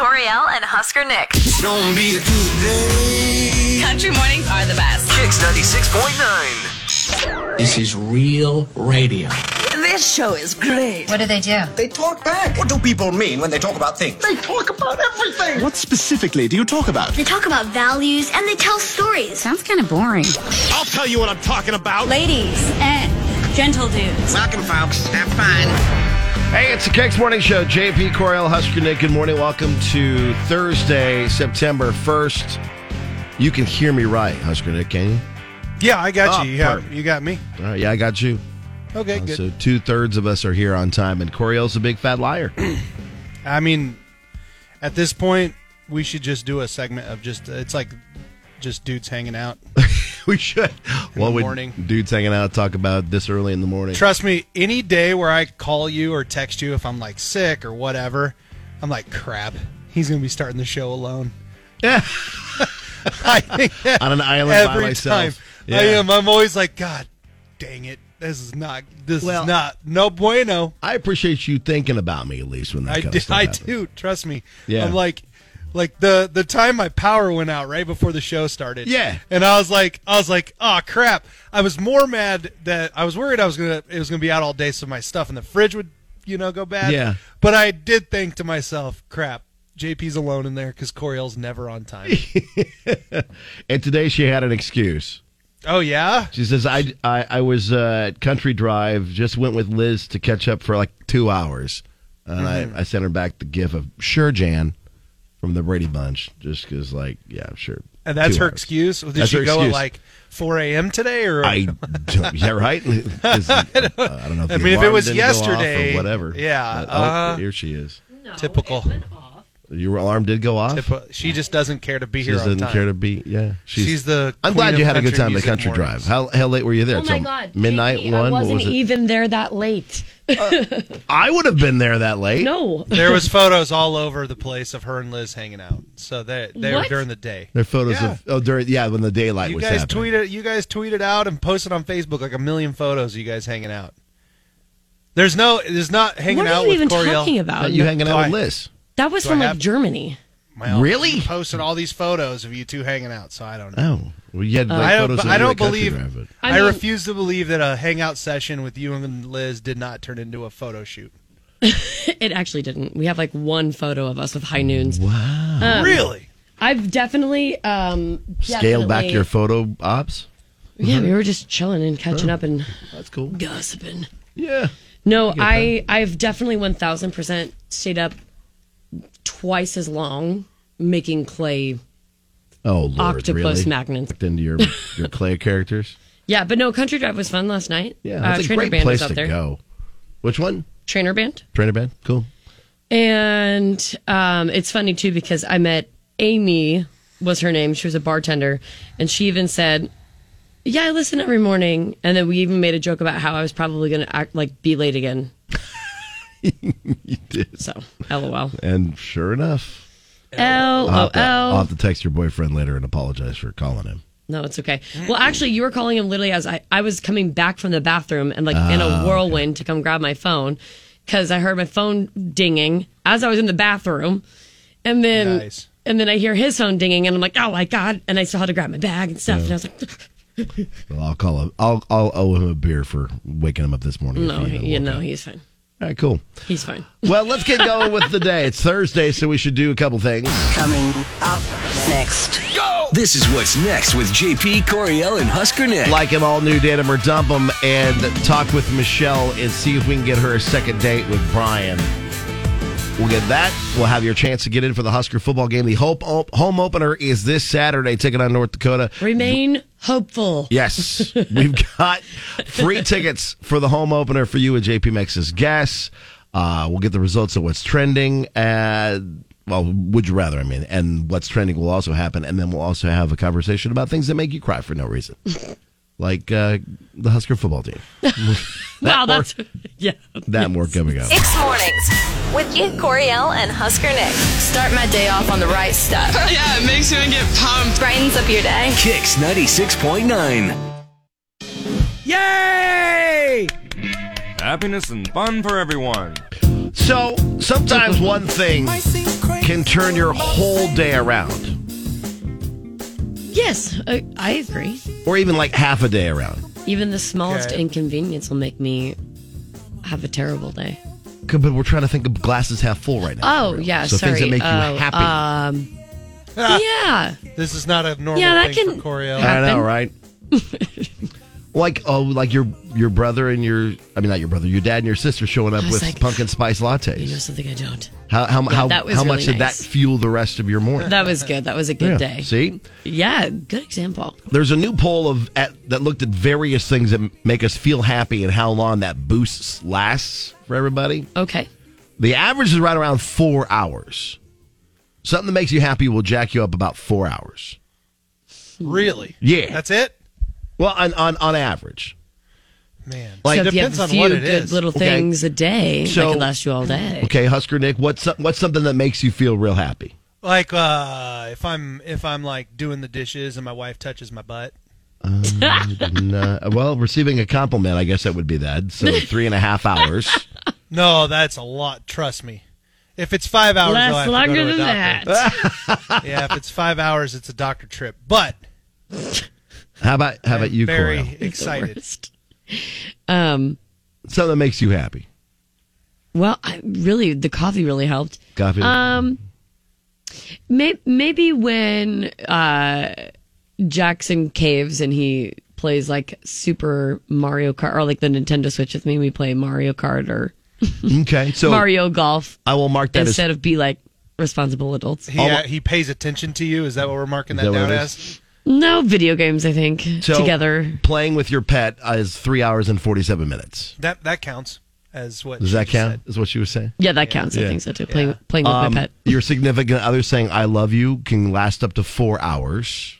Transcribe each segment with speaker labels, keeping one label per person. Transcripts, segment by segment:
Speaker 1: Oriel and Husker Nick.
Speaker 2: Don't be today.
Speaker 3: Country mornings are the best.
Speaker 4: Kicks 96.9.
Speaker 2: This is real radio.
Speaker 5: This show is great.
Speaker 3: What do they do?
Speaker 6: They talk back. What do people mean when they talk about things? They talk about everything.
Speaker 7: What specifically do you talk about?
Speaker 8: They talk about values and they tell stories.
Speaker 3: Sounds kind of boring.
Speaker 7: I'll tell you what I'm talking about.
Speaker 8: Ladies and gentle dudes.
Speaker 6: Welcome, folks. Have fun.
Speaker 9: Hey, it's the Kicks Morning Show. JP Coriel, Husker Nick. Good morning. Welcome to Thursday, September 1st. You can hear me right, Husker Nick, can you?
Speaker 10: Yeah, I got
Speaker 9: Oh,
Speaker 10: you. You, have-
Speaker 9: perfect.
Speaker 10: you got me.
Speaker 9: All right, yeah, I got you.
Speaker 10: Okay, good.
Speaker 9: So two thirds of us are here on time, and Coriel's a big fat liar.
Speaker 10: I mean, at this point, we should just do a segment of just uh, it's like just dudes hanging out.
Speaker 9: we should. what would
Speaker 10: morning.
Speaker 9: dudes hanging out talk about this early in the morning?
Speaker 10: Trust me, any day where I call you or text you if I'm like sick or whatever, I'm like crap. He's gonna be starting the show alone.
Speaker 9: Yeah.
Speaker 10: I think that
Speaker 9: On an island by
Speaker 10: every
Speaker 9: myself.
Speaker 10: time
Speaker 9: Yeah.
Speaker 10: I am. I'm always like, God, dang it, this is not. This
Speaker 9: Well-
Speaker 10: is not. No bueno.
Speaker 9: I appreciate you thinking about me at least when that
Speaker 10: I
Speaker 9: kind
Speaker 10: do,
Speaker 9: of stuff
Speaker 10: I
Speaker 9: happens.
Speaker 10: do. Trust me.
Speaker 9: Yeah.
Speaker 10: I'm like, like the the time my power went out right before the show started.
Speaker 9: Yeah.
Speaker 10: And I was like, I was like, oh crap. I was more mad that I was worried I was gonna it was gonna be out all day, so my stuff in the fridge would you know go bad.
Speaker 9: Yeah.
Speaker 10: But I did think to myself, crap. JP's alone in there because Coriel's never on time.
Speaker 9: And today she had an excuse.
Speaker 10: oh yeah,
Speaker 9: She says, I, I, I was uh, at Country Drive, just went with Liz to catch up for like two hours. And
Speaker 10: Mm-hmm.
Speaker 9: I, I sent her back the gif of Sure Jan from the Brady Bunch, just because, like, yeah, I'm sure.
Speaker 10: and that's
Speaker 9: Two
Speaker 10: her
Speaker 9: hours.
Speaker 10: excuse. Did
Speaker 9: That's
Speaker 10: she
Speaker 9: her
Speaker 10: go
Speaker 9: excuse.
Speaker 10: at like 4 a.m. today or?
Speaker 9: I don't, yeah, right? Is- uh, I, don't, know if the
Speaker 10: I mean, if it
Speaker 9: alarm
Speaker 10: was
Speaker 9: didn't go off
Speaker 10: yesterday,
Speaker 9: Or whatever.
Speaker 10: yeah,
Speaker 9: But,
Speaker 10: uh-huh.
Speaker 9: oh, here she is.
Speaker 10: typical.
Speaker 9: Your alarm did go off.
Speaker 10: Typ- She just doesn't care to be
Speaker 9: She
Speaker 10: here.
Speaker 9: just
Speaker 10: on
Speaker 9: doesn't
Speaker 10: time.
Speaker 9: care to be. Yeah,
Speaker 10: She's, the.
Speaker 9: I'm
Speaker 10: queen
Speaker 9: glad you
Speaker 10: of
Speaker 9: had a good time at
Speaker 10: music
Speaker 9: Country Drive.
Speaker 10: mornings.
Speaker 9: How how late were you there?
Speaker 8: Oh my
Speaker 9: Till
Speaker 8: God,
Speaker 9: midnight,
Speaker 8: JP, I
Speaker 9: one. What
Speaker 8: wasn't
Speaker 9: was it? Uh,
Speaker 8: Even there that late.
Speaker 9: I would have been there that late.
Speaker 8: No.
Speaker 10: There was photos all over the place of her and Liz hanging out. So they they were
Speaker 8: What?
Speaker 10: during the day.
Speaker 9: There are photos
Speaker 10: Yeah.
Speaker 9: of oh during yeah when the daylight
Speaker 10: You
Speaker 9: was
Speaker 10: guys
Speaker 9: happening.
Speaker 10: tweeted you guys tweeted out and posted on Facebook like a million photos of you guys hanging out. There's no there's not hanging
Speaker 8: What are
Speaker 10: out
Speaker 8: you
Speaker 10: with
Speaker 8: even
Speaker 10: Coriel.
Speaker 8: talking about?
Speaker 9: Are you hanging out with Liz?
Speaker 8: That was
Speaker 10: Do
Speaker 8: from
Speaker 10: I
Speaker 8: like
Speaker 10: have-
Speaker 8: Germany.
Speaker 10: Well,
Speaker 9: Really?
Speaker 10: you Posted all these photos of you two hanging out, so I don't know.
Speaker 9: Oh, well, you had like,
Speaker 10: I don't,
Speaker 9: photos.
Speaker 10: I
Speaker 9: of you
Speaker 10: don't
Speaker 9: at Country
Speaker 10: believe.
Speaker 9: Drive, but-
Speaker 8: Uh, I
Speaker 10: I,
Speaker 8: mean-
Speaker 10: refuse to believe that a hangout session with you and Liz did not turn into a photo shoot.
Speaker 8: It actually didn't. We have like one photo of us with high noons. Um,
Speaker 10: really?
Speaker 8: I've definitely um
Speaker 9: Scale back
Speaker 8: definitely-
Speaker 9: your photo ops. Mm-hmm.
Speaker 8: Yeah, we were just chilling and catching up and
Speaker 9: That's cool.
Speaker 8: gossiping.
Speaker 9: Yeah.
Speaker 8: No, I I've definitely one thousand percent stayed up twice as long making clay
Speaker 9: Oh Lord,
Speaker 8: octopus
Speaker 9: really?
Speaker 8: magnets.
Speaker 9: Backed into your your clay characters.
Speaker 8: Yeah, but no, Country Drive was fun last night.
Speaker 9: Yeah,
Speaker 8: Uh,
Speaker 9: that's a
Speaker 8: Trainer
Speaker 9: great
Speaker 8: Band
Speaker 9: place
Speaker 8: was up
Speaker 9: to
Speaker 8: there.
Speaker 9: go. Which one?
Speaker 8: Trainer Band.
Speaker 9: Trainer band. Cool.
Speaker 8: And um, it's funny too because I met Amy was her name. She was a bartender, and she even said, "Yeah, I listen every morning." And then we even made a joke about how I was probably going to act like be late again.
Speaker 9: You did.
Speaker 8: So, lol,
Speaker 9: And sure enough, I'll
Speaker 8: lol.
Speaker 9: have, to, I'll have to text your boyfriend later and apologize for calling him.
Speaker 8: No, it's okay. Well, actually, you were calling him literally as I, I was coming back from the bathroom and like in
Speaker 10: Ah,
Speaker 8: a whirlwind to come grab my phone because I heard my phone dinging as I was in the bathroom, and then
Speaker 10: Nice.
Speaker 8: and then I hear his phone dinging and I'm like, oh my god! And I still had to grab my bag and stuff, and I was like,
Speaker 9: Well, I'll call him. I'll I'll owe him a beer for waking him up this morning. if
Speaker 8: no,
Speaker 9: he even
Speaker 8: you
Speaker 9: woke
Speaker 8: know,
Speaker 9: up.
Speaker 8: he's fine.
Speaker 9: All right, cool.
Speaker 8: He's fine.
Speaker 9: Well, let's get going with the day. It's Thursday, so we should do a couple things.
Speaker 3: Coming up next.
Speaker 4: This is what's next with JP Coriel and Husker Nick.
Speaker 9: Like an all new Datum or Dump 'em and talk with Michelle and see if we can get her a second date with Brian. We'll get that. We'll have your chance to get in for the Husker football game. The Hope op- home opener is this Saturday, taking on North Dakota.
Speaker 8: Remain hopeful.
Speaker 9: Yes, we've got free tickets for the home opener for you at JP Max's Guess. Uh, we'll get the results of what's trending. Uh, well, would you rather? I mean, and what's trending will also happen, and then we'll also have a conversation about things that make you cry for no reason, like uh, the Husker football team.
Speaker 8: wow,
Speaker 9: more-
Speaker 8: that's yeah.
Speaker 9: That more coming up.
Speaker 1: Kicks Mornings with Kate Coriel and Husker Nick. Start my day off on the right stuff.
Speaker 3: yeah, it makes you get pumped.
Speaker 1: Brightens up your day.
Speaker 4: Kicks 96.9.
Speaker 10: Yay!
Speaker 11: Happiness and fun for everyone.
Speaker 9: So sometimes one thing can turn your whole day around,
Speaker 8: Yes, I, I agree.
Speaker 9: or even like half a day around.
Speaker 8: Even the smallest
Speaker 10: Okay.
Speaker 8: inconvenience will make me have a terrible day.
Speaker 9: Okay, But we're trying to think of glasses half full right now.
Speaker 8: Oh, yeah,
Speaker 9: So
Speaker 8: sorry.
Speaker 9: things that make you
Speaker 8: Oh,
Speaker 9: happy.
Speaker 8: Um, yeah.
Speaker 10: This is not a normal
Speaker 8: Yeah, that
Speaker 10: thing
Speaker 8: can-
Speaker 10: for Coriel.
Speaker 9: I
Speaker 8: happen.
Speaker 9: know, right? like oh, like your your brother and your I mean not your brother, your dad and your sister showing up
Speaker 8: was
Speaker 9: with
Speaker 8: like,
Speaker 9: pumpkin spice lattes.
Speaker 8: You know something I don't.
Speaker 9: how how how,
Speaker 8: that was
Speaker 9: how
Speaker 8: really
Speaker 9: much did that
Speaker 8: nice.
Speaker 9: fuel the rest of your morning?
Speaker 8: That was good. That was a good
Speaker 9: Yeah.
Speaker 8: day.
Speaker 9: See,
Speaker 8: Yeah, good example.
Speaker 9: there's a new poll of at, that looked at various things that m- make us feel happy and how long that boost lasts for everybody.
Speaker 8: Okay.
Speaker 9: The average is right around four hours. Something that makes you happy will jack you up about four hours.
Speaker 10: Really?
Speaker 9: Yeah.
Speaker 10: That's it?
Speaker 9: Well, on on, on average.
Speaker 10: Man.
Speaker 9: Like-
Speaker 8: so if you have
Speaker 10: depends
Speaker 8: a
Speaker 10: on
Speaker 8: few
Speaker 10: what it
Speaker 8: good
Speaker 10: is.
Speaker 8: little
Speaker 9: Okay.
Speaker 8: things a day,
Speaker 9: So-
Speaker 8: that could last you all day.
Speaker 9: Okay, Husker Nick, what's some- what's something that makes you feel real happy?
Speaker 10: Like uh if I'm if I'm like doing the dishes and my wife touches my butt.
Speaker 9: No, Um, uh, well, receiving a compliment, I guess that would be that. So three and a half hours.
Speaker 10: No, that's a lot, trust me. If it's five hours, I'll have
Speaker 8: Lasts
Speaker 10: to go
Speaker 8: longer
Speaker 10: to a
Speaker 8: than
Speaker 10: doctor.
Speaker 8: that.
Speaker 10: Yeah, if it's five hours, it's a doctor trip. But
Speaker 9: How about how about you,
Speaker 10: very
Speaker 9: Corey?
Speaker 10: excited.
Speaker 8: Worst. Um,
Speaker 9: Something that makes you happy.
Speaker 8: well, I, really, the coffee really helped.
Speaker 9: Coffee.
Speaker 8: Um, may, maybe when uh, Jackson caves and he plays like Super Mario Kart or like the Nintendo Switch with me, we play Mario Kart or
Speaker 9: okay, so
Speaker 8: Mario Golf
Speaker 9: I will mark that as
Speaker 8: instead of be like responsible adults.
Speaker 10: He, uh, he pays attention to you. Is that what we're marking
Speaker 9: Is
Speaker 10: that,
Speaker 9: that what
Speaker 10: down
Speaker 9: it
Speaker 10: as?
Speaker 8: No video games, I think,
Speaker 9: so
Speaker 8: together.
Speaker 9: Playing with your pet is three hours and forty-seven minutes.
Speaker 10: That that counts as what.
Speaker 9: Does
Speaker 10: she
Speaker 9: that
Speaker 10: just
Speaker 9: count?
Speaker 10: said.
Speaker 9: Is what she was saying.
Speaker 8: Yeah, that counts.
Speaker 9: Yeah.
Speaker 8: I think so too. Playing, playing with
Speaker 9: Um,
Speaker 8: my pet.
Speaker 9: Your significant other saying "I love you" can last up to four hours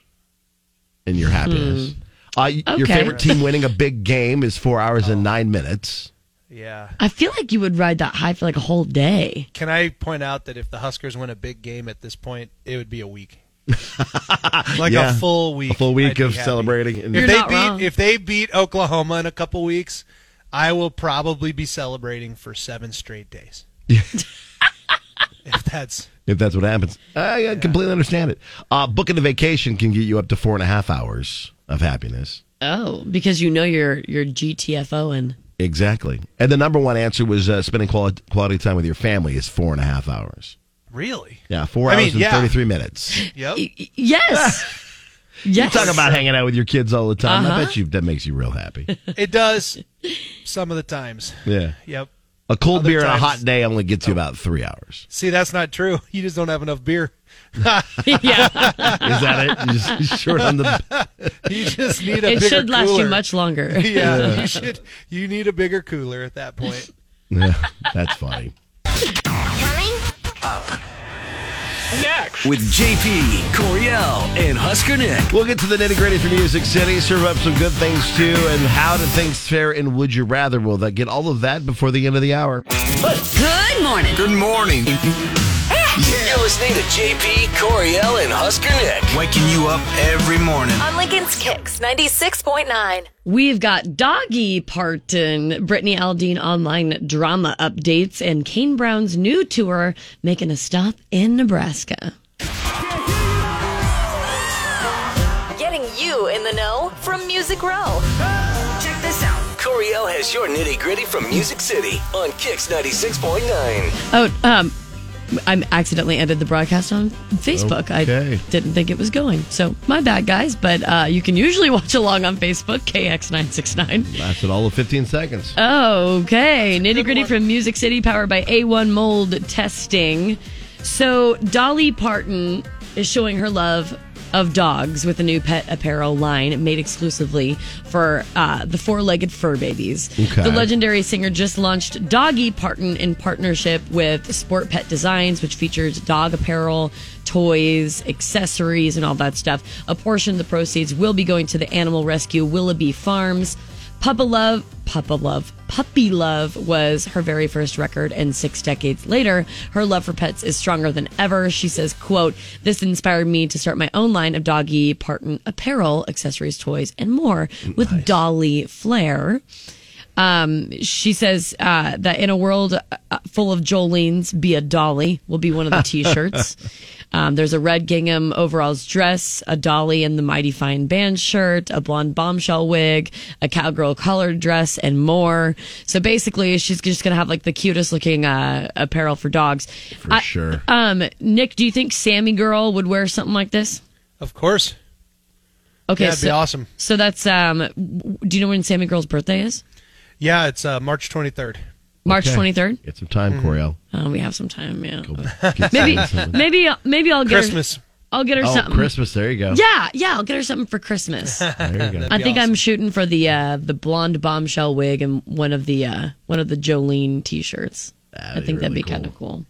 Speaker 9: in your happiness. Uh, y- Your
Speaker 8: Hmm. Okay.
Speaker 9: favorite team winning a big game is four hours
Speaker 10: Oh.
Speaker 9: and nine minutes.
Speaker 10: Yeah.
Speaker 8: I feel like you would ride that high for like a whole day.
Speaker 10: Can I point out that if the Huskers win a big game at this point, it would be a week, like
Speaker 9: Yeah.
Speaker 10: a full week,
Speaker 9: A full
Speaker 10: I'd
Speaker 9: week
Speaker 10: be
Speaker 9: of
Speaker 10: happy.
Speaker 9: celebrating. And
Speaker 10: If
Speaker 8: You're
Speaker 10: they
Speaker 8: not
Speaker 10: beat
Speaker 8: wrong.
Speaker 10: if they beat Oklahoma in a couple weeks, I will probably be celebrating for seven straight days. if that's
Speaker 9: if that's what happens. I, I completely understand it. Uh, booking a vacation can get you up to four and a half hours of happiness.
Speaker 8: Oh, because you know you're you're GTFO and
Speaker 9: Exactly. And the number one answer was uh, spending quality, quality time with your family is four and a half hours.
Speaker 10: really
Speaker 9: Yeah, four
Speaker 10: I
Speaker 9: hours
Speaker 10: mean,
Speaker 9: and
Speaker 10: yeah.
Speaker 9: 33 minutes.
Speaker 10: yep.
Speaker 8: yes, yes.
Speaker 9: Talk about hanging out with your kids all the time. I
Speaker 8: Uh-huh.
Speaker 9: bet you that makes you real happy.
Speaker 10: It does some of the times.
Speaker 9: Yeah.
Speaker 10: Yep.
Speaker 9: A cold
Speaker 10: Other
Speaker 9: beer on a
Speaker 10: times-
Speaker 9: hot day only gets you about three hours.
Speaker 10: See, that's not true. You just don't have enough beer.
Speaker 8: yeah.
Speaker 9: Is that it? You just short on the.
Speaker 10: You just need a
Speaker 8: It
Speaker 10: bigger
Speaker 8: should last
Speaker 10: cooler.
Speaker 8: you much longer.
Speaker 10: Yeah, you should. You need a bigger cooler at that point.
Speaker 9: Yeah, that's funny.
Speaker 1: Coming
Speaker 4: With JP, Coriel, and Husker Nick.
Speaker 9: We'll get to the nitty gritty for Music City, serve up some good things too, and how did things fare and would you rather? We'll that- get all of that before the end of the hour.
Speaker 5: Good morning.
Speaker 6: Good morning.
Speaker 4: You're listening to JP, Coriel, and Husker Nick. Uh,
Speaker 6: Waking you up every morning.
Speaker 1: on Lincoln's Kicks 96.9.
Speaker 8: We've got Doggy Parton, Brittany Aldean online drama updates, and Kane Brown's new tour making a stop in Nebraska.
Speaker 1: Getting you in the know from Music Row.
Speaker 5: Check this out.
Speaker 4: Coriel has your nitty gritty from Music City on Kix 96.9.
Speaker 8: Oh, um, I accidentally ended the broadcast on Facebook. I
Speaker 9: Okay.
Speaker 8: didn't think it was going. So, my bad, guys. But uh, you can usually watch along on Facebook, KX969.
Speaker 9: Lasted all of 15 seconds.
Speaker 8: Okay, nitty gritty from Music City, powered by A1 Mold Testing. So Dolly Parton is showing her love of dogs with a new pet apparel line made exclusively for uh, the four-legged fur babies.
Speaker 9: Okay.
Speaker 8: The legendary singer just launched Doggy Parton in partnership with Sport Pet Designs, which features dog apparel, toys, accessories, and all that stuff. A portion of the proceeds will be going to the animal rescue Willoughby Farms. Papa Love, Papa Love, Puppy Love was her very first record, and six decades later, her love for pets is stronger than ever. She says, "quote This inspired me to start my own line of doggy Parton apparel, accessories, toys, and more with Dolly Flair." Um, she says uh, that in a world uh, full of Jolene's, be a dolly will be one of the T-shirts. um, there's a red gingham overalls dress, a dolly and the mighty fine band shirt, a blonde bombshell wig, a cowgirl colored dress, and more. So basically, she's just gonna have like the cutest looking uh, apparel for dogs.
Speaker 9: For sure.
Speaker 8: Um, Nick, do you think Sammy Girl would wear something like this?
Speaker 10: Of course.
Speaker 8: Okay,
Speaker 10: Yeah, it'd be
Speaker 8: so-
Speaker 10: awesome.
Speaker 8: So that's um. w- Do you know when Sammy Girl's birthday is?
Speaker 10: Yeah, it's uh, March 23rd.
Speaker 8: March
Speaker 9: Okay.
Speaker 8: twenty third.
Speaker 9: Get some time, Coriel.
Speaker 8: Oh, we have some time, yeah.
Speaker 9: Get
Speaker 8: uh, Maybe,
Speaker 9: something.
Speaker 8: maybe, maybe I'll get
Speaker 10: Christmas.
Speaker 8: Her, I'll get her
Speaker 9: Oh,
Speaker 8: something.
Speaker 9: Christmas. There you go.
Speaker 8: Yeah, yeah, I'll get her something for Christmas. I
Speaker 9: There you go.
Speaker 10: That'd be
Speaker 8: think I'm
Speaker 10: awesome.
Speaker 8: shooting for the uh, the blonde bombshell wig and one of the uh, one of the Jolene T-shirts. I
Speaker 9: That'd be
Speaker 8: think that'd
Speaker 9: really
Speaker 8: be kind of cool.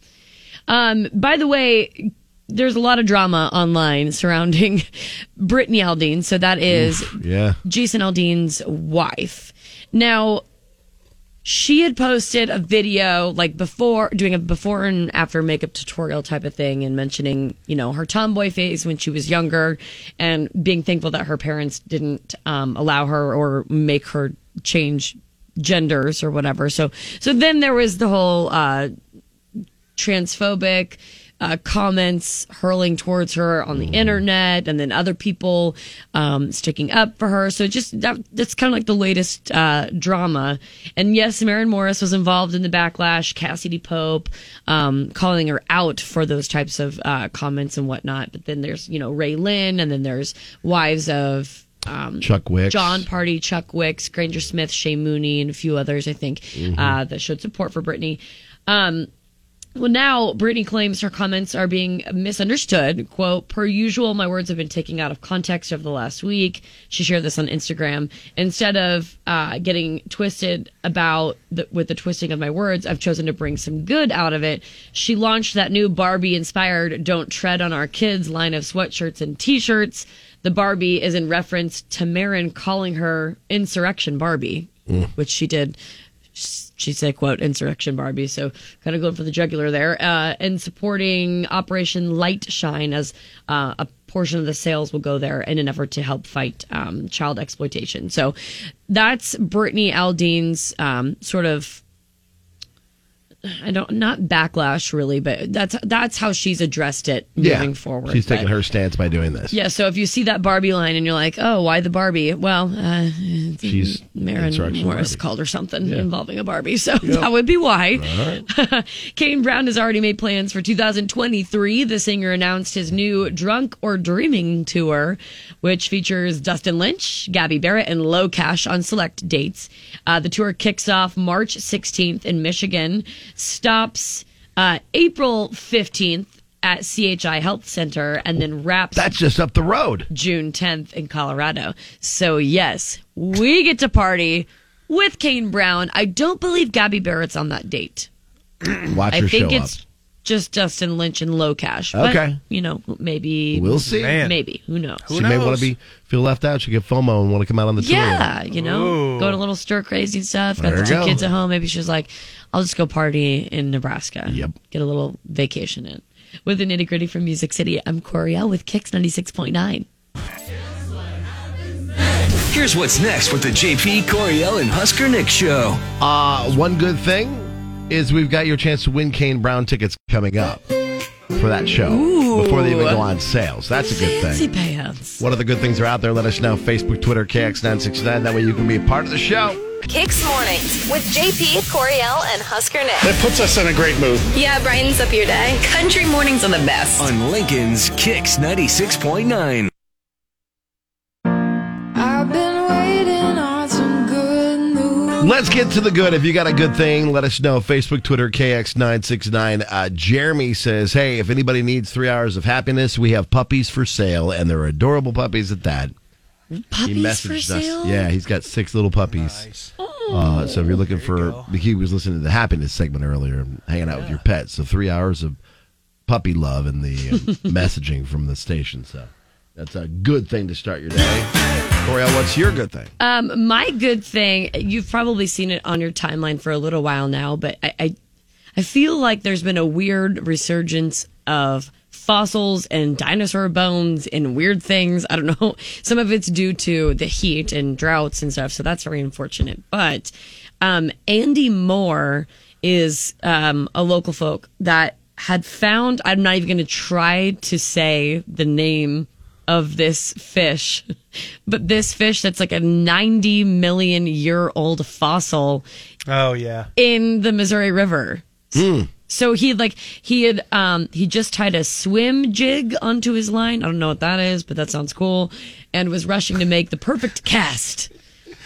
Speaker 8: Um, by the way, there's a lot of drama online surrounding Brittany Aldean. So that is
Speaker 9: Yeah.
Speaker 8: Jason Aldean's wife. Now, she had posted a video like before, doing a before and after makeup tutorial type of thing and mentioning, you know, her tomboy phase when she was younger and being thankful that her parents didn't um, allow her or make her change genders or whatever. So, so then there was the whole, uh, transphobic uh, comments hurling towards her on the
Speaker 9: Mm.
Speaker 8: internet, and then other people um, sticking up for her. So just that, that's kind of like the latest uh, drama. And yes, Maren Morris was involved in the backlash. Cassidy Pope um, calling her out for those types of uh, comments and whatnot. But then there's you know Ray Lynn, and then there's wives of. Um,
Speaker 9: Chuck Wicks.
Speaker 8: John Party, Chuck Wicks, Granger Smith, Shay Mooney, and a few others, I think,
Speaker 9: Mm-hmm.
Speaker 8: uh, that showed support for Britney. Um, well, now Brittany claims her comments are being misunderstood. Quote, per usual, my words have been taken out of context over the last week. She shared this on Instagram. Instead of uh, getting twisted about the, with the twisting of my words, I've chosen to bring some good out of it. She launched that new Barbie inspired Don't Tread on Our Kids line of sweatshirts and t shirts. The Barbie is in reference to Marin calling her Insurrection Barbie, which she did she said, quote, insurrection Barbie. So kind of going for the jugular there. Uh, and supporting Operation Light Shine as uh, a portion of the sales will go there in an effort to help fight um, child exploitation. So that's Brittany Aldean's um, sort of. I don't not backlash really, but that's that's how she's addressed it
Speaker 9: Yeah.
Speaker 8: moving forward.
Speaker 9: She's taking
Speaker 8: But-
Speaker 9: her stance by doing this.
Speaker 8: Yeah, so if you see that Barbie line and you're like, oh, why the Barbie? Well, uh,
Speaker 9: She's
Speaker 8: Marin
Speaker 9: insurrection
Speaker 8: Morris
Speaker 9: Barbie.
Speaker 8: called her something involving a Barbie, so that would be why. Kane Brown has already made plans for 2023. The singer announced his new Drunk or Dreaming tour, which features Dustin Lynch, Gabby Barrett, and Low Cash on select dates. Uh, the tour kicks off March 16th in Michigan, stops uh, April 15th at CHI Health Center, and then wraps
Speaker 9: That's just up the road.
Speaker 8: June 10th in Colorado. So, yes, we get to party with Kane Brown. I don't believe Gabby Barrett's on that date.
Speaker 9: Watch
Speaker 8: I
Speaker 9: her
Speaker 8: think
Speaker 9: show
Speaker 8: it's
Speaker 9: up.
Speaker 8: just Dustin Lynch and Low Cash. But,
Speaker 9: Okay.
Speaker 8: You know, maybe.
Speaker 9: We'll see.
Speaker 10: Man.
Speaker 8: Maybe. Who knows?
Speaker 9: she may want to be feel left out. She get FOMO and want to come out on the tour.
Speaker 8: yeah, you know,
Speaker 10: Ooh.
Speaker 8: going a little stir crazy stuff. Got
Speaker 9: There
Speaker 8: the
Speaker 9: you
Speaker 8: two
Speaker 9: go.
Speaker 8: kids at home. Maybe she's like, I'll just go party in Nebraska.
Speaker 9: Yep.
Speaker 8: Get a little vacation in. With the nitty gritty from Music City, I'm Coriel with Kicks 96.9.
Speaker 4: Here's what's next with the JP Coriel and Husker Nick show.
Speaker 9: Uh, one good thing is we've got your chance to win Kane Brown tickets coming up for that show before they even go on sales. That's a good
Speaker 8: Fancy
Speaker 9: thing.
Speaker 8: pants.
Speaker 9: What other good things are out there? Let us know. Facebook, Twitter, KX969. That way you can be a part of the show.
Speaker 1: Kicks Mornings with JP, Coriel, and Husker Nick.
Speaker 7: It puts us in a great mood.
Speaker 1: Yeah, brightens up your day.
Speaker 5: Country mornings are the best.
Speaker 4: On Lincoln's Kicks 96.9.
Speaker 9: Let's get to the good. If you got a good thing, let us know. Facebook, Twitter, KX969. Uh, Jeremy says, Hey, if anybody needs three hours of happiness, we have puppies for sale, and they're adorable puppies at that.
Speaker 8: Puppies for sale?
Speaker 9: us. Yeah, he's got six little puppies.
Speaker 10: Nice.
Speaker 9: Uh, so if you're looking for, he was listening to the happiness segment earlier, hanging out with your pets. So three hours of puppy love and the uh, messaging from the station. So that's a good thing to start your day. Coriel, what's your good thing?
Speaker 8: Um, my good thing, you've probably seen it on your timeline for a little while now, but I, I, I feel like there's been a weird resurgence of fossils and dinosaur bones and weird things. I don't know. Some of it's due to the heat and droughts and stuff, so that's very unfortunate. But Um, Andy Moore is um, a local folk that had found. I'm not even going to try to say the name of this fish, but this fish that's like a 90 million year old fossil
Speaker 10: Oh yeah.
Speaker 8: in the Missouri River.
Speaker 1: Hmm.
Speaker 8: So he like he had um he just tied a swim jig onto his line. I don't know what that is, but that sounds cool. And was rushing to make the perfect cast.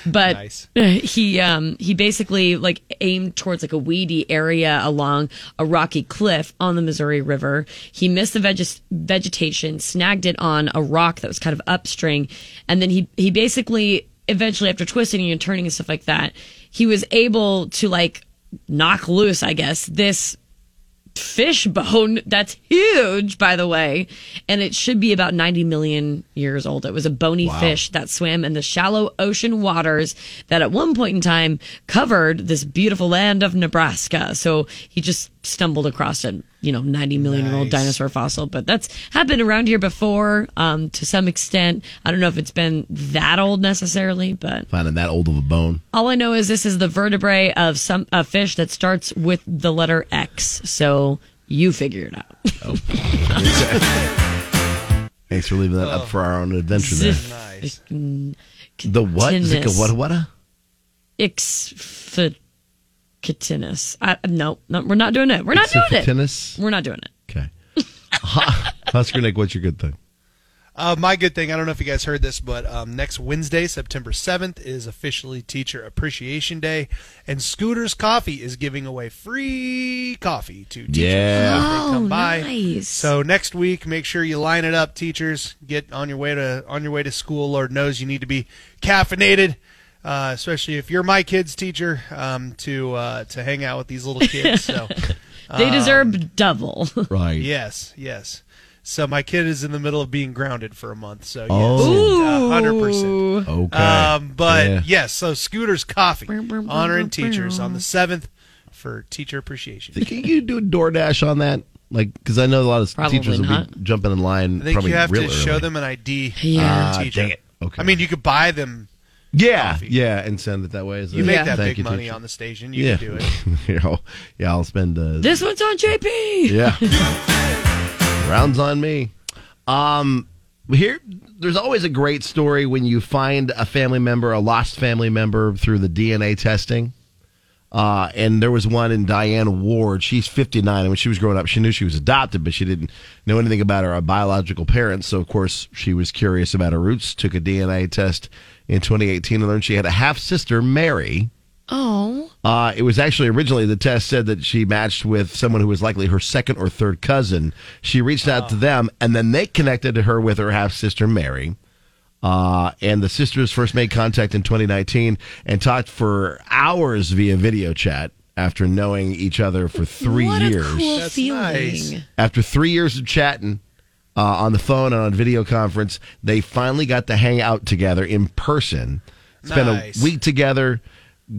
Speaker 8: But
Speaker 10: Nice.
Speaker 8: he um he basically like aimed towards like a weedy area along a rocky cliff on the Missouri River. He missed the veg- vegetation, snagged it on a rock that was kind of upstream, and then he he basically eventually after twisting and turning and stuff like that, he was able to like knock loose, I guess, this fish bone that's huge by the way and it should be about 90 million years old it was a bony fish that swam in the shallow ocean waters that at one point in time covered this beautiful land of nebraska so he just stumbled across a you know 90 million year old dinosaur fossil but that's happened around here before um to some extent i don't know if it's been that old necessarily but
Speaker 9: Finding that old of a bone.
Speaker 8: all I know is this is the vertebrae of some a fish that starts with the letter X. So you figure it out.
Speaker 9: Oh. Thanks for leaving that up for our own adventure there.
Speaker 10: Oh. Nice.
Speaker 9: The what? Zika
Speaker 8: Tinus.
Speaker 9: wada wada?
Speaker 8: Ixfitinus. I No, no, we're not doing it. We're not doing it.
Speaker 9: Tinus?
Speaker 8: We're not doing it.
Speaker 9: Okay. Husker Nick, what's your good thing?
Speaker 10: Uh, my good thing, I don't know if you guys heard this, but um, next Wednesday, September 7th, is officially Teacher Appreciation Day, and Scooters Coffee is giving away free coffee to teachers
Speaker 9: Yeah.
Speaker 10: if they come
Speaker 8: Oh,
Speaker 10: by.
Speaker 8: nice.
Speaker 10: So next week, make sure you line it up, teachers. Get on your way to on your way to school. Lord knows you need to be caffeinated, uh, especially if you're my kid's teacher, um, to uh, to hang out with these little kids. So. Um, uh,
Speaker 8: They deserve double.
Speaker 9: Right.
Speaker 10: Yes, yes. So my kid is in the middle of being grounded for a month. So
Speaker 9: Oh.
Speaker 10: yes, hundred percent.
Speaker 9: Okay.
Speaker 10: Um, but
Speaker 9: Yeah.
Speaker 10: yes, so Scooter's Coffee
Speaker 8: brr, brr,
Speaker 10: honoring
Speaker 8: brr, brr.
Speaker 10: teachers on the seventh for Teacher Appreciation.
Speaker 9: Think you could do a DoorDash on that? Like, because I know a lot of
Speaker 8: Probably
Speaker 9: teachers will be
Speaker 8: not.
Speaker 9: jumping in line.
Speaker 10: I think
Speaker 9: probably
Speaker 10: you have to
Speaker 9: real
Speaker 10: show
Speaker 9: early. Ah,
Speaker 10: them an ID.
Speaker 8: Yeah.
Speaker 10: for teaching.
Speaker 9: dang it. Okay.
Speaker 10: I mean, you could buy them.
Speaker 9: Yeah,
Speaker 10: coffee.
Speaker 9: yeah, and send it that way. as
Speaker 10: You
Speaker 9: a
Speaker 10: make
Speaker 8: Yeah.
Speaker 10: that
Speaker 9: thank
Speaker 10: big
Speaker 9: you,
Speaker 10: money
Speaker 9: teacher.
Speaker 10: on the station. You
Speaker 9: yeah,
Speaker 10: can do it.
Speaker 9: You know, yeah, I'll spend. Uh,
Speaker 8: This one's on JP.
Speaker 9: yeah, rounds on me. Um, here, there's always a great story when you find a family member, a lost family member, through the DNA testing. Uh, and there was one in Diane Ward. She's 59, and when she was growing up, she knew she was adopted, but she didn't know anything about her biological parents. So, of course, she was curious about her roots. Took a DNA test in 2018 and learned she had a half sister, Mary.
Speaker 8: Oh.
Speaker 9: Uh, it was actually originally the test said that she matched with someone who was likely her second or third cousin. She reached out to them, and then they connected her with her half sister Mary. Uh, and the sisters first made contact in 2019 and talked for hours via video chat after knowing each other for three
Speaker 8: what
Speaker 9: years
Speaker 8: a cool
Speaker 10: That's
Speaker 8: feeling.
Speaker 10: nice.
Speaker 9: after three years of chatting uh, on the phone and on video conference, they finally got to hang out together in person. Spent
Speaker 10: Nice.
Speaker 9: a week together,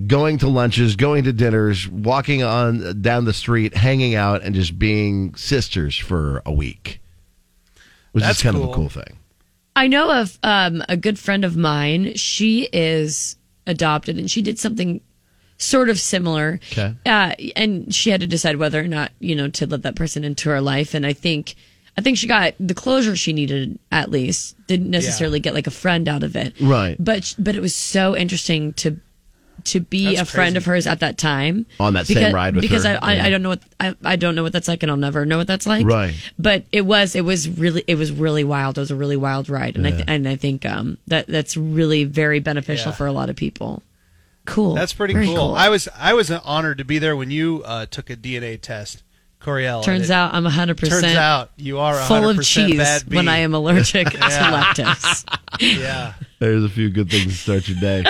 Speaker 9: going to lunches, going to dinners, walking on down the street, hanging out, and just being sisters for a week. Which
Speaker 10: That's
Speaker 9: is kind of
Speaker 10: cool.
Speaker 9: a cool thing.
Speaker 8: I know of um, a good friend of mine. She is adopted, and she did something sort of similar.
Speaker 9: Okay.
Speaker 8: Uh, and she had to decide whether or not you know to let that person into her life. And I think, I think she got the closure she needed. At least didn't necessarily get like a friend out of it.
Speaker 9: Right.
Speaker 8: But sh- but it was so interesting to to be a
Speaker 10: That's
Speaker 8: friend
Speaker 10: crazy.
Speaker 8: of hers at that time
Speaker 9: On that same
Speaker 8: Because-
Speaker 9: ride with
Speaker 8: because
Speaker 9: her,
Speaker 8: I, I
Speaker 9: yeah.
Speaker 8: I don't know what I, I don't know what that's like and I'll never know what that's like
Speaker 9: Right.
Speaker 8: but it was it was really it was really wild. It was a really wild ride, and I th- and I think um that that's really very beneficial
Speaker 10: Yeah.
Speaker 8: for a lot of people. Cool.
Speaker 10: That's pretty
Speaker 8: Very
Speaker 10: cool. I was I was honored to be there when you uh, took a DNA test, Coriel. and
Speaker 8: turns
Speaker 10: it
Speaker 8: out I'm 100 percent
Speaker 10: turns out you are
Speaker 8: full of
Speaker 10: 100%
Speaker 8: cheese
Speaker 10: bad bee.
Speaker 8: when I am allergic to
Speaker 10: Yeah.
Speaker 8: lactose.
Speaker 10: Yeah.
Speaker 9: There's a few good things to start your day.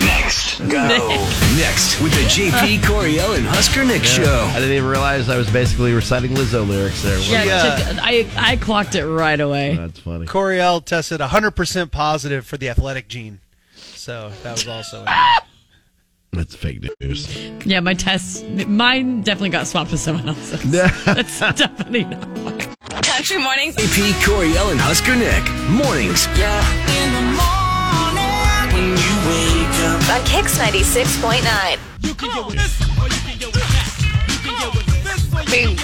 Speaker 4: Next. Go. Next with the JP Coriel and Husker Nick show.
Speaker 9: I didn't even realize I was basically reciting Lizzo lyrics there.
Speaker 8: Yeah, it
Speaker 10: Yeah.
Speaker 8: took- I I clocked it right away.
Speaker 9: That's funny.
Speaker 10: Coriel tested 100% positive for the athletic gene. So that was also.
Speaker 9: That's fake news.
Speaker 8: Yeah, my test, mine definitely got swapped with someone else's. that's definitely not.
Speaker 5: Country mornings.
Speaker 4: JP Coriel and Husker Nick. Mornings.
Speaker 5: Yeah.
Speaker 2: In the morning when you wake
Speaker 1: on Kix 96.9.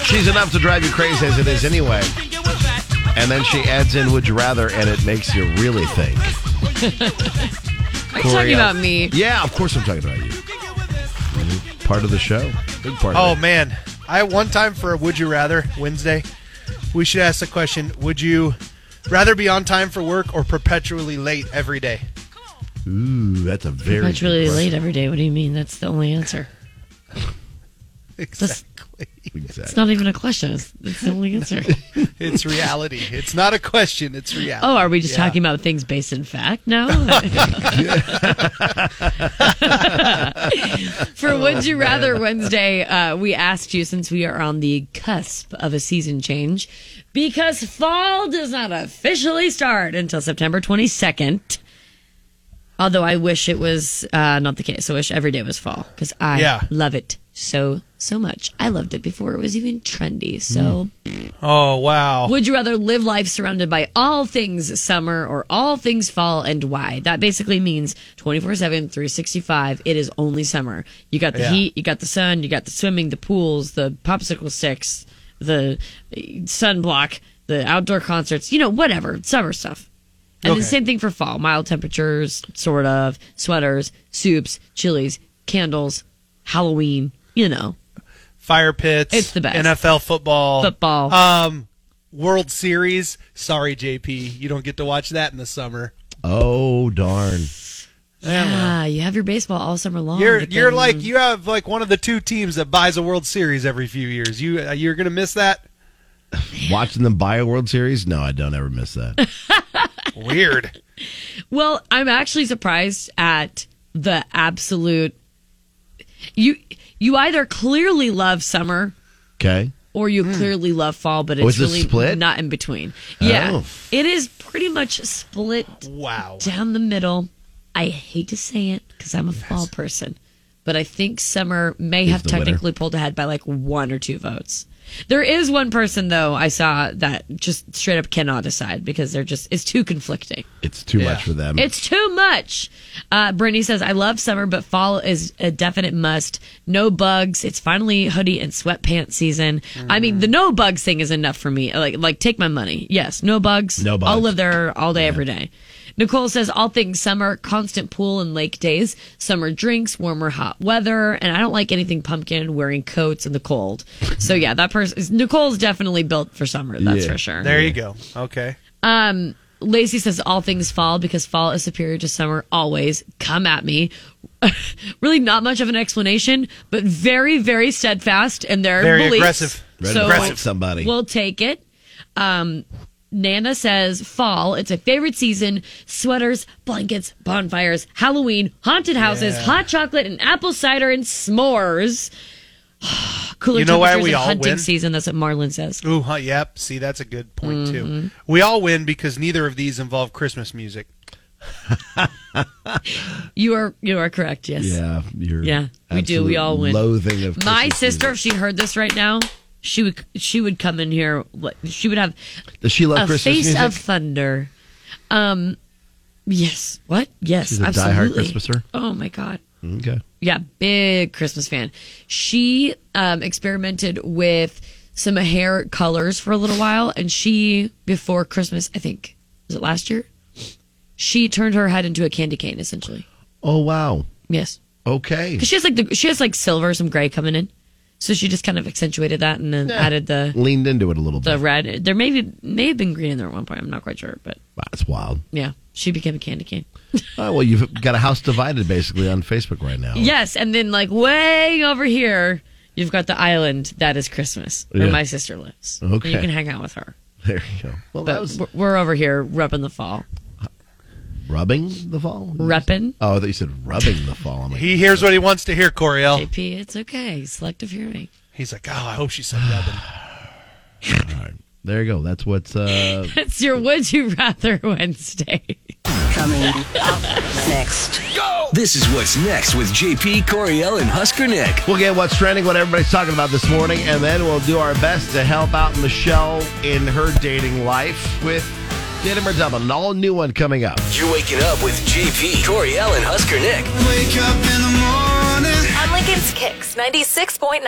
Speaker 9: She's enough to drive you crazy as it is anyway. And then she adds in "Would you rather," and it makes you really think.
Speaker 8: Are you talking about me?
Speaker 9: Yeah, of course I'm talking about you. Part of the show, big part.
Speaker 10: Oh
Speaker 9: of it.
Speaker 10: man, I one time for a would you rather Wednesday, we should ask the question: Would you rather be on time for work or perpetually late every day?
Speaker 9: ooh, that's a very
Speaker 8: That's really
Speaker 9: good
Speaker 8: late every day. What do you mean? That's the only answer. That's,
Speaker 9: question. Exactly.
Speaker 8: it's not even a question. It's, it's the only answer.
Speaker 10: It's reality. it's not a question. It's reality.
Speaker 8: Oh, are we just
Speaker 10: Yeah.
Speaker 8: talking about things based in fact now? For Would You Rather Wednesday, uh, we asked you since we are on the cusp of a season change, because fall does not officially start until September 22nd. Although I wish it was uh, not the case. I wish every day was fall because I
Speaker 10: Yeah.
Speaker 8: love it so, so much. I loved it before it was even trendy. So.
Speaker 10: Oh wow.
Speaker 8: Would you rather live life surrounded by all things summer or all things fall and why? That basically means 24 7, 365. It is only summer. You got the
Speaker 10: Yeah.
Speaker 8: heat, you got the sun, you got the swimming, the pools, the popsicle sticks, the uh, sunblock, the outdoor concerts, you know, whatever. Summer stuff. And the
Speaker 10: Okay.
Speaker 8: same thing for fall mild temperatures, sort of, sweaters, soups, chilies, candles, Halloween, you know,
Speaker 10: Fire pits.
Speaker 8: It's the best.
Speaker 10: NFL football.
Speaker 8: football.
Speaker 10: Um, World Series. Sorry, JP, you don't get to watch that in the summer.
Speaker 9: Oh darn!
Speaker 8: yeah, Ah, you have your baseball all summer long.
Speaker 10: You're
Speaker 8: but
Speaker 10: you're
Speaker 8: then-
Speaker 10: like you have like one of the two teams that buys a World Series every few years. You uh, you're gonna miss that.
Speaker 9: Watching them buy a World Series? No, I don't ever miss that.
Speaker 10: Weird.
Speaker 8: Well, I'm actually surprised at the absolute you you either clearly love summer
Speaker 9: Okay.
Speaker 8: or you clearly love fall, but it's
Speaker 9: Hmm. Oh, is it
Speaker 8: really
Speaker 9: split?
Speaker 8: not in between. Yeah.
Speaker 9: Oh.
Speaker 8: It is pretty much split
Speaker 10: Wow.
Speaker 8: down the middle. I hate to say it because I'm a fall person, but I think Summer may have
Speaker 9: the winner.
Speaker 8: technically pulled ahead by like one or two votes. There is one person though I saw that just straight up cannot decide because they're just it's too conflicting.
Speaker 9: It's too much for them.
Speaker 8: It's too much. Uh, Brittany says, I love summer, but fall is a definite must. No bugs. It's finally hoodie and sweatpants season. I mean, the no bugs thing is enough for me. Like, like take my money. Yes, no bugs.
Speaker 9: No bugs.
Speaker 8: I'll live there all day, every day. Nicole says, all things summer, constant pool and lake days, summer drinks, warmer, hot weather. And I don't like anything pumpkin, wearing coats in the cold. so, yeah, that person, Nicole's definitely built for summer. That's
Speaker 9: Yeah.
Speaker 8: for sure.
Speaker 10: There you go. Okay.
Speaker 8: Um, Lacey says all things fall because fall is superior to summer always. Come at me. really not much of an explanation, but very, very steadfast in their
Speaker 10: Very
Speaker 8: beliefs.
Speaker 10: aggressive.
Speaker 9: Ready
Speaker 8: so
Speaker 9: to fight somebody.
Speaker 8: We'll take it. Um, Nana says fall. It's a favorite season. Sweaters, blankets, bonfires, Halloween, haunted houses, hot chocolate, and apple cider and s'mores. Cooler
Speaker 10: You know why
Speaker 8: temperatures
Speaker 10: we
Speaker 8: and
Speaker 10: all
Speaker 8: hunting
Speaker 10: win?
Speaker 8: season. That's what Marlon says.
Speaker 10: Ooh, huh, yep. See, that's a good point
Speaker 8: Mm-hmm.
Speaker 10: too. We all win because neither of these involve Christmas music.
Speaker 8: You are you are correct. Yes.
Speaker 9: yeah, you're
Speaker 8: Yeah, we do. We
Speaker 9: absolute
Speaker 8: all win.
Speaker 9: Loathing of
Speaker 8: My
Speaker 9: Christmas
Speaker 8: sister,
Speaker 9: music.
Speaker 8: if she heard this right now, she would she would come in here. like, She would have
Speaker 9: Does she love
Speaker 8: a
Speaker 9: Christmas
Speaker 8: face
Speaker 9: music?
Speaker 8: of thunder. Um, yes. What? Yes.
Speaker 9: She's a diehard
Speaker 8: absolutely.
Speaker 9: Christmaser?
Speaker 8: Oh my god.
Speaker 9: okay.
Speaker 8: Yeah, big Christmas fan. She um, experimented with some hair colors for a little while, and she before Christmas, I think, was it last year? She turned her head into a candy cane, essentially.
Speaker 9: Oh wow.
Speaker 8: Yes.
Speaker 9: Okay.
Speaker 8: Because she has like the, she has like silver, some gray coming in, so she just kind of accentuated that and then added the
Speaker 9: Leaned into it a little
Speaker 8: the
Speaker 9: bit.
Speaker 8: red. There may be may have been green in there at one point. I'm not quite sure, but
Speaker 9: Wow, that's wild.
Speaker 8: yeah, she became a candy cane.
Speaker 9: Oh, well, you've got a house divided basically on Facebook right now.
Speaker 8: Yes, and then like way over here, you've got the island that is Christmas, where
Speaker 9: Yeah.
Speaker 8: my sister lives. and you
Speaker 9: Okay.
Speaker 8: can hang out with her.
Speaker 9: There you go. Well,
Speaker 8: But
Speaker 9: that was
Speaker 8: we're- we're over here repping the fall,
Speaker 9: rubbing the fall.
Speaker 8: repping.
Speaker 9: Oh, I thought you said rubbing the fall. I'm like,
Speaker 10: He hears what he wants to hear, Coriel.
Speaker 8: JP, it's okay. Selective hearing.
Speaker 10: He's like, oh, I hope she said rubbing.
Speaker 9: there you go. That's what's. Uh,
Speaker 8: That's your Would You Rather Wednesday.
Speaker 4: This is what's next with JP Coriel and Husker Nick.
Speaker 9: we'll get what's trending, what everybody's talking about this morning, and then we'll do our best to help out Michelle in her dating life with Hit him or dump him. An all new one coming up.
Speaker 4: You're waking up with JP, Corey Allen, Husker Nick.
Speaker 2: Wake up in the morning.
Speaker 1: On Lincoln's Kicks 96.9.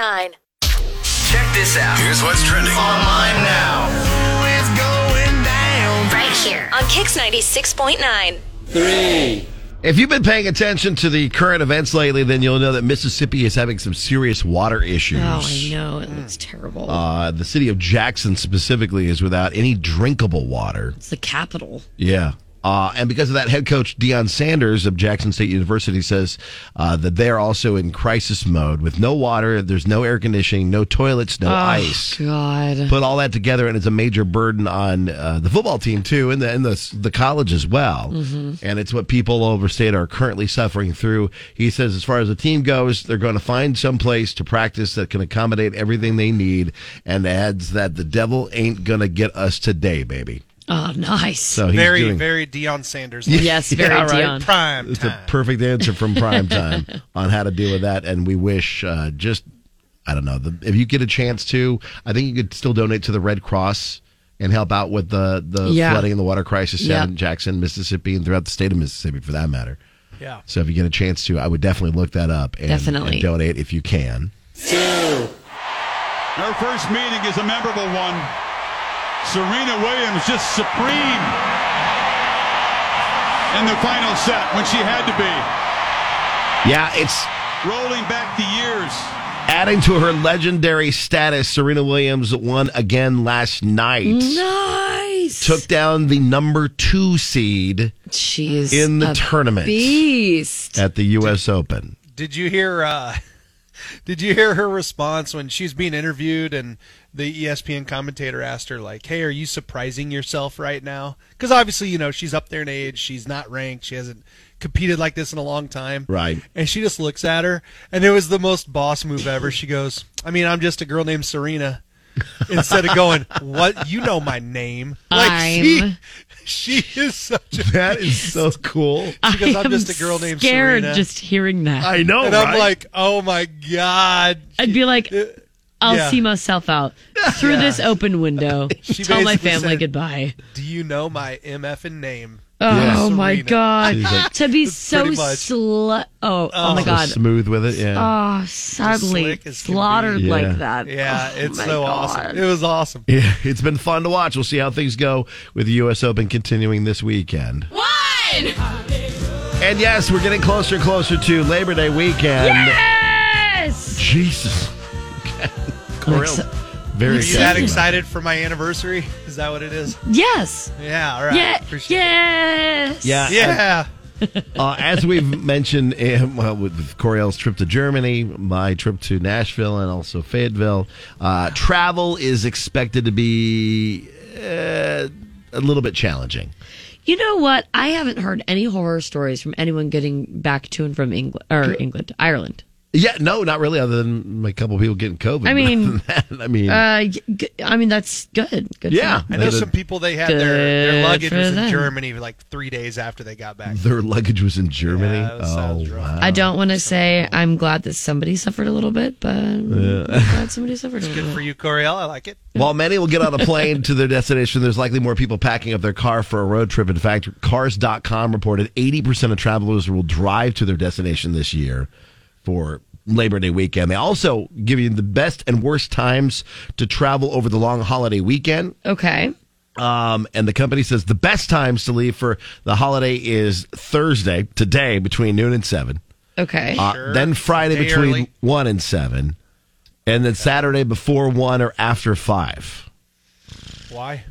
Speaker 4: Check this out. Here's what's trending online now.
Speaker 2: It's going down.
Speaker 5: Right here.
Speaker 1: On Kicks 96.9.
Speaker 9: If you've been paying attention to the current events lately, then you'll know that Mississippi is having some serious water issues.
Speaker 8: Oh, I know. It looks terrible.
Speaker 9: Uh, the city of Jackson specifically is without any drinkable water.
Speaker 8: it's the capital.
Speaker 9: Yeah. Uh, and because of that, head coach Deion Sanders of Jackson State University says uh, that they're also in crisis mode with no water, there's no air conditioning, no toilets, no ice.
Speaker 8: God.
Speaker 9: Put all that together, and it's a major burden on uh, the football team, too, and the, and the, the college as well. And it's what people over state are currently suffering through. He says, as far as the team goes, they're going to find some place to practice that can accommodate everything they need, and adds that the devil ain't going to get us today, baby.
Speaker 8: Oh, nice.
Speaker 9: So he's
Speaker 10: very,
Speaker 9: doing-
Speaker 10: very Deion Sanders.
Speaker 8: yes, very
Speaker 9: Yeah, right.
Speaker 8: Dion.
Speaker 10: Prime
Speaker 9: It's the
Speaker 10: time.
Speaker 9: perfect answer from prime time on how to deal with that. And we wish uh, just, I don't know, the, if you get a chance to, I think you could still donate to the Red Cross and help out with the, the
Speaker 8: Yeah.
Speaker 9: flooding and the water crisis
Speaker 8: Yeah.
Speaker 9: down in Jackson, Mississippi, and throughout the state of Mississippi for that matter.
Speaker 10: Yeah.
Speaker 9: So if you get a chance to, I would definitely look that up and,
Speaker 8: Definitely.
Speaker 9: and donate if you can.
Speaker 7: Our first meeting is a memorable one. Serena Williams just supreme in the final set when she had to be.
Speaker 9: Yeah, it's
Speaker 7: Rolling back the years.
Speaker 9: adding to her legendary status. Serena Williams won again last night.
Speaker 8: Mm-hmm. Nice.
Speaker 9: Took down the number two seed
Speaker 8: She's
Speaker 9: in the
Speaker 8: a
Speaker 9: tournament.
Speaker 8: beast.
Speaker 9: at the U.S. Open.
Speaker 10: Did you hear? Uh, did you hear her response when she's being interviewed and the E ESPN commentator asked her like, "Hey, are you surprising yourself right now?" Because obviously, you know, she's up there in age. She's not ranked. She hasn't competed like this in a long time.
Speaker 9: Right.
Speaker 10: And she just looks at her, and it was the most boss move ever. She goes, "I mean, I'm just a girl named Serena." Instead of going, "What? You know my name?"
Speaker 8: I'm-
Speaker 10: she, she is such a.
Speaker 9: That is so cool.
Speaker 10: She goes,
Speaker 8: I
Speaker 10: "I'm
Speaker 8: am
Speaker 10: just a girl named
Speaker 8: scared
Speaker 10: Serena."
Speaker 8: just hearing that.
Speaker 9: I know,
Speaker 10: and I'm
Speaker 9: right?
Speaker 10: like, oh my god.
Speaker 8: I'd be like, I'll
Speaker 10: yeah.
Speaker 8: see myself out through this open window.
Speaker 10: She
Speaker 8: Tell my
Speaker 10: basically
Speaker 8: family
Speaker 10: said-
Speaker 8: goodbye.
Speaker 10: Do you know my MF and name?
Speaker 8: Oh
Speaker 10: Yeah.
Speaker 8: my
Speaker 10: Serena.
Speaker 8: god!
Speaker 9: She's like-
Speaker 8: to be so
Speaker 10: Pretty much.
Speaker 8: slut. Oh, oh, my
Speaker 9: So
Speaker 8: god!
Speaker 9: smooth with it. Yeah.
Speaker 8: oh, suddenly
Speaker 10: slick as can be.
Speaker 8: slaughtered
Speaker 9: Yeah.
Speaker 8: like that.
Speaker 10: Yeah,
Speaker 8: Oh,
Speaker 10: it's
Speaker 8: my
Speaker 10: so
Speaker 8: God.
Speaker 10: awesome. It was awesome.
Speaker 9: yeah. It's been fun to watch. We'll see how things go with the U.S. Open continuing this weekend. One! And yes, we're getting closer and closer to Labor Day weekend.
Speaker 8: Yes.
Speaker 9: Jesus. Correll,
Speaker 8: so-
Speaker 9: Very
Speaker 10: Are you that
Speaker 9: excited.
Speaker 10: excited for my anniversary? Is that what it is?
Speaker 8: Yes.
Speaker 10: Yeah, all right.
Speaker 8: Yeah.
Speaker 10: Appreciate
Speaker 8: Yes.
Speaker 10: it.
Speaker 9: Yeah.
Speaker 10: Yeah.
Speaker 9: Uh, as we've mentioned, um, well, with Coriel's trip to Germany, my trip to Nashville, and also Fayetteville, uh, travel is expected to be uh, a little bit challenging.
Speaker 8: You know what? I haven't heard any horror stories from anyone getting back to and from England or England, Ireland.
Speaker 9: Yeah, no, not really. Other than a couple people getting COVID.
Speaker 8: I mean,
Speaker 9: Other than that, I mean,
Speaker 8: Uh, y- g- I mean that's good. Good. for
Speaker 9: Yeah.
Speaker 8: them.
Speaker 10: I know
Speaker 9: They
Speaker 10: some
Speaker 9: did-
Speaker 10: people they had their, their
Speaker 8: Good
Speaker 10: luggage
Speaker 8: for
Speaker 10: was in
Speaker 8: them.
Speaker 10: Germany like three days after they got back.
Speaker 9: their luggage was in Germany.
Speaker 10: Yeah, that
Speaker 9: oh,
Speaker 10: sounds rough.
Speaker 9: wow.
Speaker 8: I don't want to say I'm glad that somebody suffered a little bit, but I'm glad somebody suffered a little
Speaker 10: Good
Speaker 8: bit.
Speaker 10: for you, Coriel. I like it.
Speaker 9: While many will get on a plane to their destination, there's likely more people packing up their car for a road trip. In fact, Cars.com reported 80% of travelers will drive to their destination this year for Labor Day weekend. They also give you the best and worst times to travel over the long holiday weekend.
Speaker 8: Okay.
Speaker 9: Um, and the company says the best times to leave for the holiday is Thursday, today, between noon and 7.
Speaker 8: Okay.
Speaker 9: Uh, Then Friday
Speaker 10: Day
Speaker 9: between
Speaker 10: early.
Speaker 9: 1 and 7. And then Saturday before 1 or after 5.
Speaker 10: Why?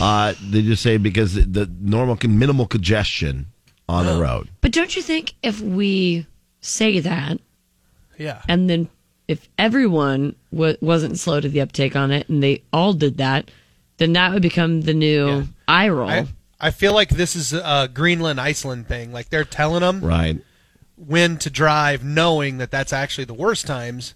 Speaker 9: Uh, they just say because the, the normal con- minimal congestion on
Speaker 8: Oh.
Speaker 9: the road.
Speaker 8: but don't you think if we say that
Speaker 10: Yeah.
Speaker 8: and then if everyone w- wasn't slow to the uptake on it and they all did that, then that would become the new
Speaker 10: Yeah.
Speaker 8: eye roll.
Speaker 10: I, I feel like this is a Greenland Iceland thing. Like they're telling them
Speaker 9: Right.
Speaker 10: when to drive, knowing that that's actually the worst times,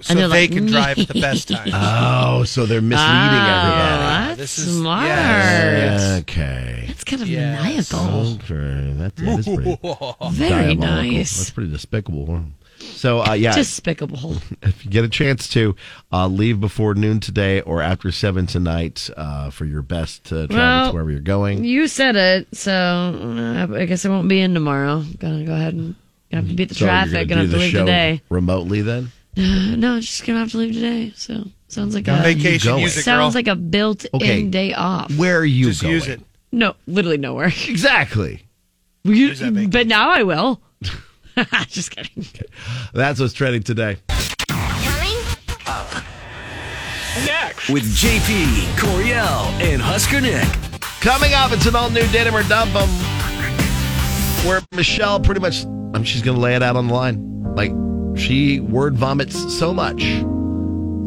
Speaker 10: so
Speaker 8: And
Speaker 10: they
Speaker 8: they're like,
Speaker 10: can drive at the best times.
Speaker 9: Oh, so they're misleading everybody.
Speaker 8: Oh, Ah, That's
Speaker 10: This is-
Speaker 8: smart.
Speaker 10: yes.
Speaker 9: Okay.
Speaker 8: That's kind of
Speaker 10: Yes.
Speaker 8: maniacal.
Speaker 9: Okay. That's, that is pretty
Speaker 8: Very
Speaker 9: diabolical.
Speaker 8: nice.
Speaker 9: That's pretty despicable. So uh, yeah,
Speaker 8: Despicable.
Speaker 9: if you get a chance to uh, leave before noon today or after seven tonight uh, for your best uh, travel
Speaker 8: Well,
Speaker 9: to wherever you're going.
Speaker 8: You said it, so uh, I guess I won't be in tomorrow. Gonna go ahead and gonna have to beat the
Speaker 9: So you're
Speaker 8: traffic. Gonna have
Speaker 9: do
Speaker 8: to
Speaker 9: the
Speaker 8: leave
Speaker 9: show
Speaker 8: today.
Speaker 9: remotely then.
Speaker 8: Uh, no, just gonna have to leave today. So sounds like a
Speaker 10: Vacation
Speaker 9: going?
Speaker 10: music, girl.
Speaker 8: sounds like a built-in
Speaker 9: Okay.
Speaker 8: day off.
Speaker 9: Where are you
Speaker 10: Just
Speaker 9: going?
Speaker 10: use it.
Speaker 8: No, literally nowhere.
Speaker 9: Exactly.
Speaker 8: You-
Speaker 10: that vacation.
Speaker 8: but now I will. just kidding.
Speaker 9: That's what's trending today.
Speaker 1: Coming
Speaker 4: With JP, Coriel, and Husker Nick.
Speaker 9: Coming up, it's an all new Datum or Dump 'Em, where Michelle pretty much, I mean, she's going to lay it out on the line. Like, she word vomits so much.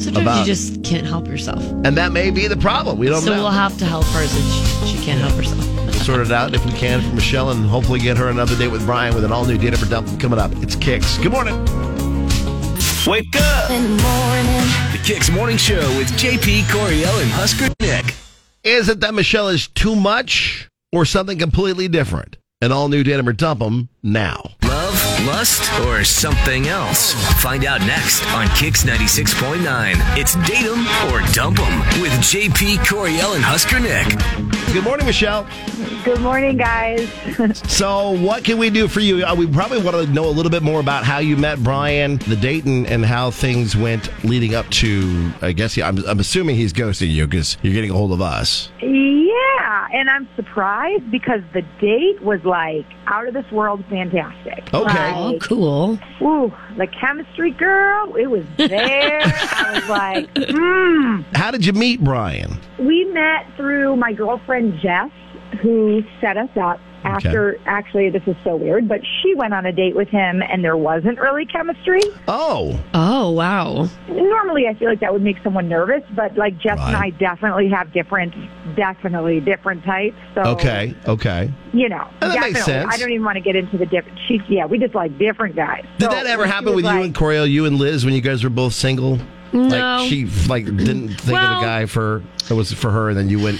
Speaker 8: Sometimes
Speaker 9: About-
Speaker 8: you just can't help yourself.
Speaker 9: And that may be the problem. We don't
Speaker 8: So
Speaker 9: know.
Speaker 8: we'll have to help her since she, she can't help herself.
Speaker 9: We'll sort it out if we can for Michelle and hopefully get her another date with Brian with an all new Datum or Dump 'Em coming up. It's Kicks. Good morning.
Speaker 4: Wake up!
Speaker 1: in the morning.
Speaker 4: The Kicks Morning Show with JP, Coriel, and Husker Nick.
Speaker 9: Is it that Michelle is too much or something completely different? An all new Datum or Dump 'Em now.
Speaker 4: Love, lust, or something else? Find out next on Kicks 96.9. It's Date 'em or Dump 'em with JP, Coriel, and Husker Nick.
Speaker 9: Good morning, Michelle.
Speaker 11: Good morning, guys.
Speaker 9: So, what can we do for you? Uh, we probably want to know a little bit more about how you met Brian, the date, and, and how things went leading up to. I guess yeah, I'm, I'm assuming he's ghosting you because you're getting a hold of us.
Speaker 11: Yeah, and I'm surprised because the date was like out of this world fantastic.
Speaker 9: Okay.
Speaker 8: Oh, cool.
Speaker 11: Ooh, the chemistry girl, it was there. I was like, mm.
Speaker 9: How did you meet Brian?
Speaker 11: We met through my girlfriend Jess, who set us up after actually this is so weird, but she went on a date with him and there wasn't really chemistry.
Speaker 9: Oh,
Speaker 8: Oh, wow.
Speaker 11: normally I feel like that would make someone nervous, but like Jess and I
Speaker 9: Right.
Speaker 11: definitely have different, definitely different types. So
Speaker 9: okay, okay.
Speaker 11: you know,
Speaker 9: Oh, that
Speaker 11: definitely.
Speaker 9: makes sense.
Speaker 11: I don't even want to get into the different. She, yeah, we just like different guys. So
Speaker 9: Did that ever
Speaker 11: she
Speaker 9: happen
Speaker 11: was
Speaker 9: with you
Speaker 11: like-
Speaker 9: and Coriel, you and Liz, when you guys were both single?
Speaker 8: No.
Speaker 9: Like she like didn't think of
Speaker 8: Well-
Speaker 9: a guy for that was for her, and then you went.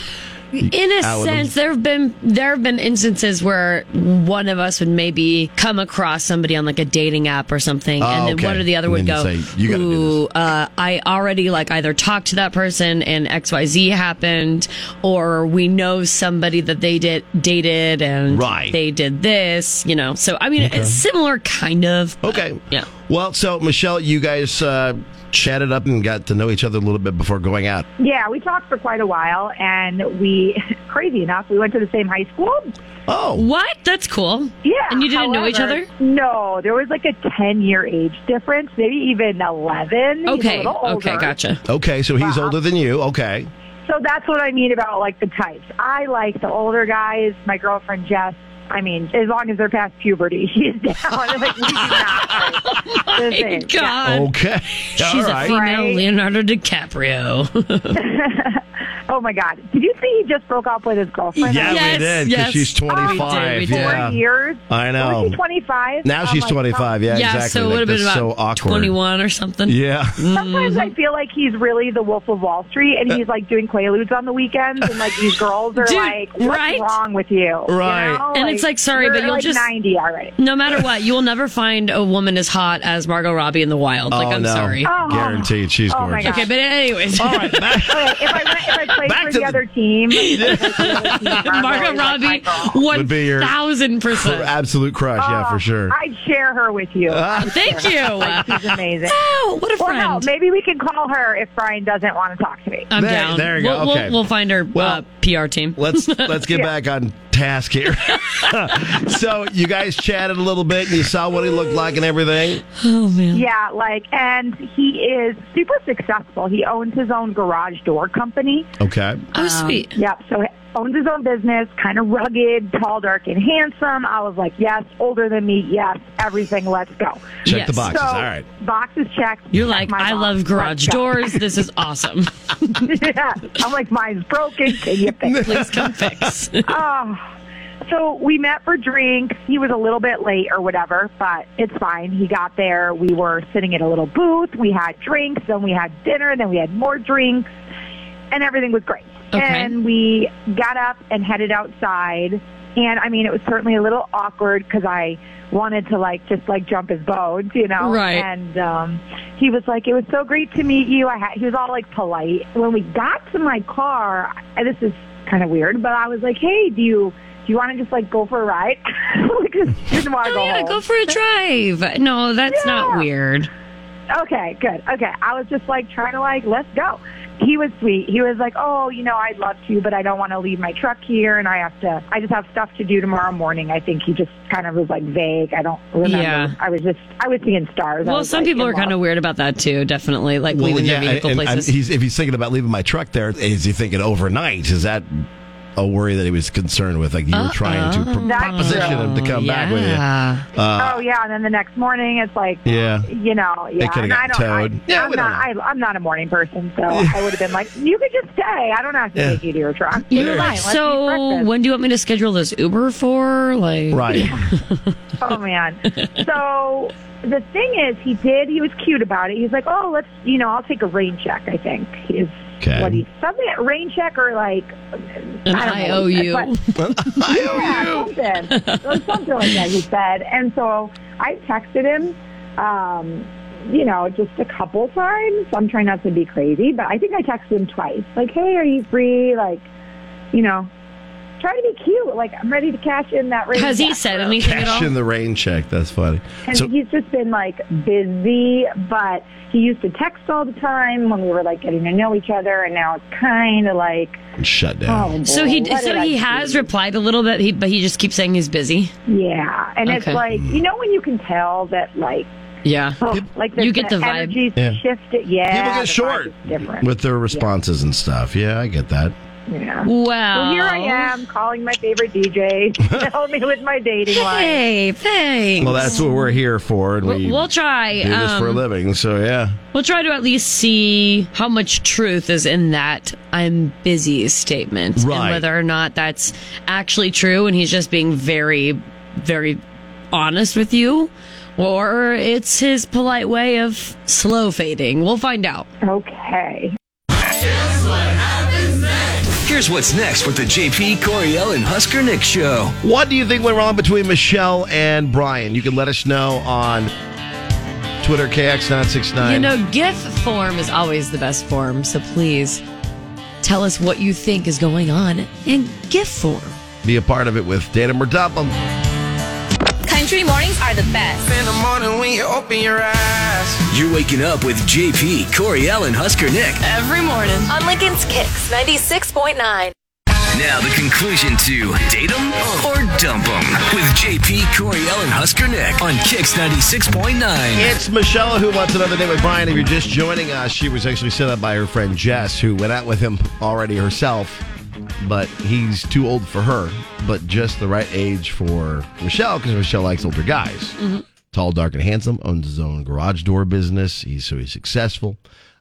Speaker 8: in a
Speaker 9: out with them.
Speaker 8: sense there have been there have been instances where one of us would maybe come across somebody on like a dating app or something
Speaker 9: Oh,
Speaker 8: and then
Speaker 9: okay.
Speaker 8: one or the other
Speaker 9: And
Speaker 8: would
Speaker 9: then
Speaker 8: go
Speaker 9: you say, "You gotta do
Speaker 8: ooh
Speaker 9: this."
Speaker 8: uh, i already like either talked to that person and xyz happened or we know somebody that they did dated and
Speaker 9: Right.
Speaker 8: they did this you know so i mean it's similar kind of but,
Speaker 9: Okay.
Speaker 8: yeah
Speaker 9: Well, so Michelle, you guys uh, chatted up and got to know each other a little bit before going out.
Speaker 11: Yeah, we talked for quite a while, and we, crazy enough, we went to the same high school.
Speaker 9: Oh,
Speaker 8: what that's cool
Speaker 11: Yeah,
Speaker 8: and you didn't know each
Speaker 11: however-
Speaker 8: other
Speaker 11: No, there was like a ten-year age difference, maybe even eleven. He's a
Speaker 8: okay
Speaker 11: little older.
Speaker 8: okay gotcha
Speaker 9: Okay, so he's older than you. Okay.
Speaker 11: So that's what I mean about like the types. I like the older guys. My girlfriend Jess. I mean, as long as they're past puberty, she's down. like, we do not like the
Speaker 8: my
Speaker 11: same.
Speaker 8: god
Speaker 9: Okay. All
Speaker 8: She's a
Speaker 9: right.
Speaker 8: female
Speaker 11: Right.
Speaker 8: Leonardo DiCaprio.
Speaker 11: Oh my God! Did you see he just broke up with his girlfriend?
Speaker 9: Yeah,
Speaker 8: Yes,
Speaker 9: we did. 'cause
Speaker 8: yes.
Speaker 9: she's
Speaker 8: Oh, we did,
Speaker 9: 25.
Speaker 8: we did.
Speaker 11: Four
Speaker 9: Yeah.
Speaker 11: years.
Speaker 9: I
Speaker 11: Was Oh,
Speaker 9: know.
Speaker 11: she 25?
Speaker 9: Now
Speaker 11: I'm
Speaker 9: she's
Speaker 11: like,
Speaker 9: 25. Yeah,
Speaker 8: yeah,
Speaker 9: exactly.
Speaker 8: so it
Speaker 9: Like,
Speaker 8: would have been
Speaker 9: that's
Speaker 8: about Mm-hmm.
Speaker 9: so awkward.
Speaker 8: 21 or something.
Speaker 9: Yeah.
Speaker 11: Sometimes I feel like he's really the Wolf of Wall Street,
Speaker 9: Uh,
Speaker 11: and he's like doing Quaaludes on the weekends, and like these girls are
Speaker 8: Dude,
Speaker 11: like, "What's
Speaker 8: right?
Speaker 11: wrong with you?"
Speaker 9: Right.
Speaker 11: You know?
Speaker 8: And it's like, sorry, but
Speaker 11: you're,
Speaker 8: you'll
Speaker 11: like
Speaker 8: just-
Speaker 11: 90 already.
Speaker 8: No matter what, you will never find a woman as hot as Margot Robbie in the wild. Like,
Speaker 9: oh,
Speaker 8: I'm
Speaker 9: no.
Speaker 8: sorry.
Speaker 11: Oh.
Speaker 9: Guaranteed. She's
Speaker 11: Oh, my
Speaker 9: gorgeous.
Speaker 8: Okay, but anyways,
Speaker 9: All right. Back,
Speaker 11: Okay, if I went, if I played
Speaker 9: Back
Speaker 11: for
Speaker 9: to
Speaker 11: the,
Speaker 9: the-
Speaker 11: other team,
Speaker 8: Margot Robbie, one
Speaker 9: Would be your-
Speaker 8: thousand
Speaker 9: for
Speaker 8: percent.
Speaker 9: absolute crush. yeah,
Speaker 11: Oh,
Speaker 9: for sure.
Speaker 11: I'd share her with you.
Speaker 8: Ah. Thank you.
Speaker 11: She's amazing.
Speaker 8: Oh, what a
Speaker 11: Or hell,
Speaker 8: friend.
Speaker 11: maybe we can call her if Brian doesn't want to talk to me.
Speaker 8: I'm
Speaker 9: There-
Speaker 8: down.
Speaker 9: there you go,
Speaker 8: We'll, we'll-
Speaker 9: okay.
Speaker 8: we'll, find her uh,
Speaker 9: Well,
Speaker 8: PR team.
Speaker 9: Let's let's get back on task here. so you guys chatted a little bit and you saw what he looked like and everything.
Speaker 8: oh man.
Speaker 11: Yeah, like, and he is super successful. He owns his own garage door company. Um,
Speaker 9: Okay.
Speaker 8: Oh sweet.
Speaker 11: Yep, so he owns his own business, kind of rugged, tall, dark, and handsome. I was like, yes, older than me, yes, everything, let's go.
Speaker 9: Check the
Speaker 8: Yes.
Speaker 9: boxes.
Speaker 11: So,
Speaker 9: All right.
Speaker 11: boxes checked.
Speaker 8: You're
Speaker 11: Check
Speaker 8: like,
Speaker 11: my
Speaker 8: I
Speaker 11: box.
Speaker 8: love garage
Speaker 11: Let's go."
Speaker 8: doors. This is awesome.
Speaker 11: yeah. I'm like, mine's broken. Can you fix it?
Speaker 8: Please come fix.
Speaker 11: Oh. So we met for drinks. He was a little bit late or whatever, but it's fine. He got there. We were sitting at a little booth. We had drinks, then we had dinner, then we had more drinks, and everything was great.
Speaker 8: Okay.
Speaker 11: And we got up and headed outside And I mean, it was certainly a little awkward because I wanted to like just like jump his bones, you know.
Speaker 12: Right.
Speaker 11: And um, he was like, "It was so great to meet you." I had, he was all like polite. When we got to my car, and this is kind of weird, but I was like, "Hey, do you do you want to just like go for a ride?" like, just didn't want to go.
Speaker 8: Oh, Yeah,
Speaker 11: home.
Speaker 8: go for a drive. No, that's not weird.
Speaker 11: Okay, good. Okay. I was just like trying to like, let's go. He was sweet. He was like, oh, you know, I'd love to, but I don't want to leave my truck here and I have to, I just have stuff to do tomorrow morning. I think he just kind of was like vague. I don't remember.
Speaker 8: Yeah.
Speaker 11: I was just, I was seeing stars. I
Speaker 8: Well,
Speaker 11: was,
Speaker 8: some
Speaker 11: like,
Speaker 8: people
Speaker 11: in
Speaker 8: are
Speaker 11: love.
Speaker 8: kind of weird about that too. Definitely, like leaving their vehicle
Speaker 9: and- and
Speaker 8: places.
Speaker 9: he's, if he's thinking about leaving my truck there, is he thinking overnight? Is that a worry that he was concerned with? Like you were trying to
Speaker 11: Uh-oh.
Speaker 9: pr-
Speaker 11: That's
Speaker 9: proposition
Speaker 11: true.
Speaker 9: him to come back with you. Uh,
Speaker 11: oh yeah, and then the next morning it's like,
Speaker 9: Yeah.
Speaker 11: you know,
Speaker 9: They
Speaker 11: yeah.
Speaker 9: coulda
Speaker 11: and I
Speaker 9: got
Speaker 11: don't, I,
Speaker 9: towed. Yeah,
Speaker 11: I'm
Speaker 9: we don't
Speaker 11: not, I, I'm not a morning person, so I would have been like, you could just stay. I don't have to
Speaker 8: Yeah.
Speaker 11: take you to your truck.
Speaker 8: You're
Speaker 11: It's
Speaker 8: like,
Speaker 11: fine. Let's eat
Speaker 8: so when do you want me to schedule this Uber for? Like,
Speaker 9: right?
Speaker 11: oh man. So the thing is, he did. He was cute about it. He was like, "Oh, let's, you know, I'll take a rain check." I think is what he something rain check or like
Speaker 8: An
Speaker 11: I don't know what he said, but- yeah, something It was something like that. He said, and so I texted him. Um, you know, just a couple times. I'm trying not to be crazy, but I think I texted him twice. Like, hey, are you free? Like, you know, try to be cute. Like, I'm ready to cash in that rain.
Speaker 8: Has he
Speaker 11: check.
Speaker 8: said anything at
Speaker 9: Cash
Speaker 8: all?
Speaker 9: in the rain check. That's funny.
Speaker 11: Oh. And
Speaker 9: So
Speaker 11: he's just been like busy, but he used to text all the time when we were like getting to know each other, and now it's kind of like
Speaker 9: shut
Speaker 11: Oh,
Speaker 9: down.
Speaker 11: boy,
Speaker 8: So he
Speaker 11: what did
Speaker 8: so
Speaker 11: I
Speaker 8: he
Speaker 11: do?
Speaker 8: has replied a little bit, he, but he just keeps saying he's busy.
Speaker 11: yeah, and it's
Speaker 8: Okay.
Speaker 11: like you know when you can tell that like
Speaker 8: Yeah,
Speaker 11: oh, like there's
Speaker 8: you get
Speaker 11: that
Speaker 8: the vibe.
Speaker 11: energy
Speaker 9: Yeah.
Speaker 11: shifted. Yeah,
Speaker 9: People
Speaker 11: the
Speaker 9: get
Speaker 11: vibe
Speaker 9: short
Speaker 11: is different.
Speaker 9: with their responses and stuff. Yeah, I get that.
Speaker 11: yeah.
Speaker 8: Wow.
Speaker 11: Well, here I am calling my favorite DJ to help me with my dating life.
Speaker 8: Hey, thanks.
Speaker 9: Well, that's what we're here for, and we
Speaker 8: We'll, we'll try.
Speaker 9: do this for a
Speaker 8: um,
Speaker 9: living. So yeah,
Speaker 8: We'll try to at least see how much truth is in that I'm busy statement.
Speaker 9: Right.
Speaker 8: And whether or not that's actually true and he's just being very, very honest with you, or it's his polite way of slow fading. We'll find out.
Speaker 11: Okay.
Speaker 4: Here's what's next with the JP Coriel and Husker Nick show.
Speaker 9: What do you think went wrong between Michelle and Brian? You can let us know on Twitter, KX969.
Speaker 8: You know, GIF form is always the best form, so please tell us what you think is going on in GIF form.
Speaker 9: Be a part of it with Datum or Dump 'Em.
Speaker 1: Country mornings are the best.
Speaker 2: In the morning when you open your eyes.
Speaker 4: You're waking up with JP Coriel and Husker Nick.
Speaker 1: Every morning. On Lincoln's Kicks 96.9.
Speaker 4: Now the conclusion to date 'em or dump 'em with JP Coriel and Husker Nick on Kicks 96.9.
Speaker 9: It's Michelle who wants another day with Brian. If you're just joining us, she was actually set up by her friend Jess, who went out with him already herself, but he's too old for her, but just the right age for Michelle because Michelle likes older guys. Tall, dark, and handsome, owns his own garage door business. He's so he's successful.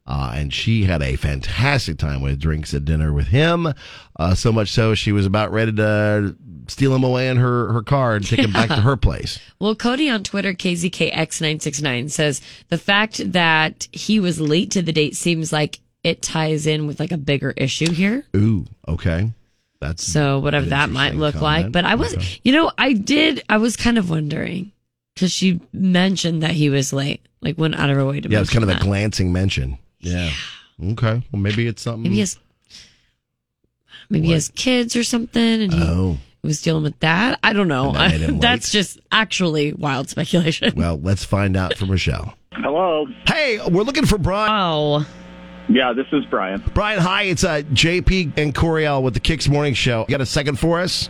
Speaker 9: Uh, and she had a fantastic time with drinks at dinner with him. Uh, so much so, she was about ready to steal him away in her, her car and take him back to her place.
Speaker 8: Well, Cody on Twitter, KZKX969, says the fact that he was late to the date seems like it ties in with like a bigger issue here.
Speaker 9: Ooh, okay. That's
Speaker 8: So, whatever that might look like. But I was, you know, I did, I was kind of wondering because she mentioned that he was late, like went out of her way to
Speaker 9: yeah, it's kind of a
Speaker 8: mention that.
Speaker 9: glancing mention. Yeah. Okay. Well, maybe it's something.
Speaker 8: Maybe he has, maybe he has kids or something, and he
Speaker 9: Oh.
Speaker 8: was dealing with that. I don't know.
Speaker 9: And that made him
Speaker 8: That's just actually wild speculation.
Speaker 9: Well, let's find out for Michelle.
Speaker 13: Hello.
Speaker 9: Hey, we're looking for Brian.
Speaker 8: Oh.
Speaker 13: Yeah, this is Brian.
Speaker 9: Brian, hi. It's uh, JP and Coriel with the Kicks Morning Show. You got a second for us?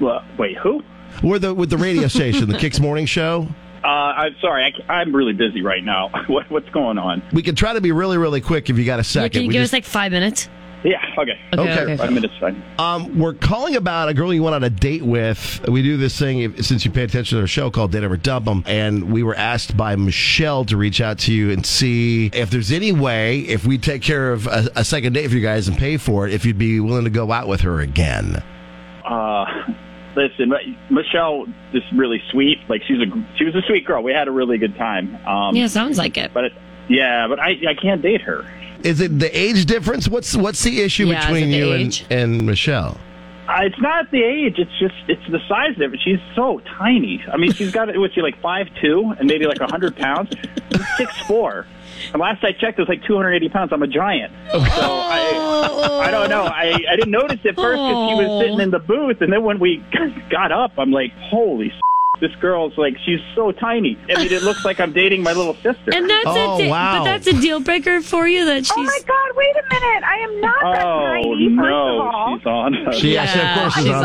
Speaker 13: Well, wait, who?
Speaker 9: We're the with the radio station, the Kicks Morning Show.
Speaker 13: Uh, I'm sorry, I, am really busy right now. What, what's going on?
Speaker 9: We can try to be really, really quick if you got a second.
Speaker 8: Can you
Speaker 9: We
Speaker 8: give
Speaker 9: just-
Speaker 8: us like five minutes?
Speaker 13: Yeah, okay.
Speaker 9: Okay, Okay. okay.
Speaker 13: Five minutes, fine.
Speaker 9: Um, we're calling about a girl you went on a date with. We do this thing if, since you pay attention to our show called Date Over Dump 'Em, and we were asked by Michelle to reach out to you and see if there's any way if we take care of a, a second date for you guys and pay for it, if you'd be willing to go out with her again.
Speaker 13: Uh, listen, Mi- Michelle is really sweet. Like she's a she was a sweet girl. We had a really good time. Um,
Speaker 8: Yeah, sounds like it.
Speaker 13: But it, yeah, but I I can't date her.
Speaker 9: Is it the age difference? What's what's the issue
Speaker 13: Yeah, is it
Speaker 9: between
Speaker 13: the
Speaker 9: you
Speaker 13: age?
Speaker 9: and, and Michelle?
Speaker 13: Uh, It's not the age. It's just it's the size of it. She's so tiny. I mean, she's got was she like five two and maybe like a hundred pounds, six four. And last I checked, it was like 280 pounds. I'm a giant, so I I don't know. I, I didn't notice at first because she was sitting in the booth, and then when we got up, I'm like, holy. S- this girl's like she's so tiny. I mean, it looks like I'm dating my little sister.
Speaker 12: And that's
Speaker 9: Oh,
Speaker 8: Oh,
Speaker 12: a de- but that's a deal breaker for you that she's. Oh my
Speaker 11: God! Wait a minute! I am not
Speaker 13: that tiny. Oh, no, she's on.
Speaker 9: She actually, of course, is
Speaker 13: she's
Speaker 9: on,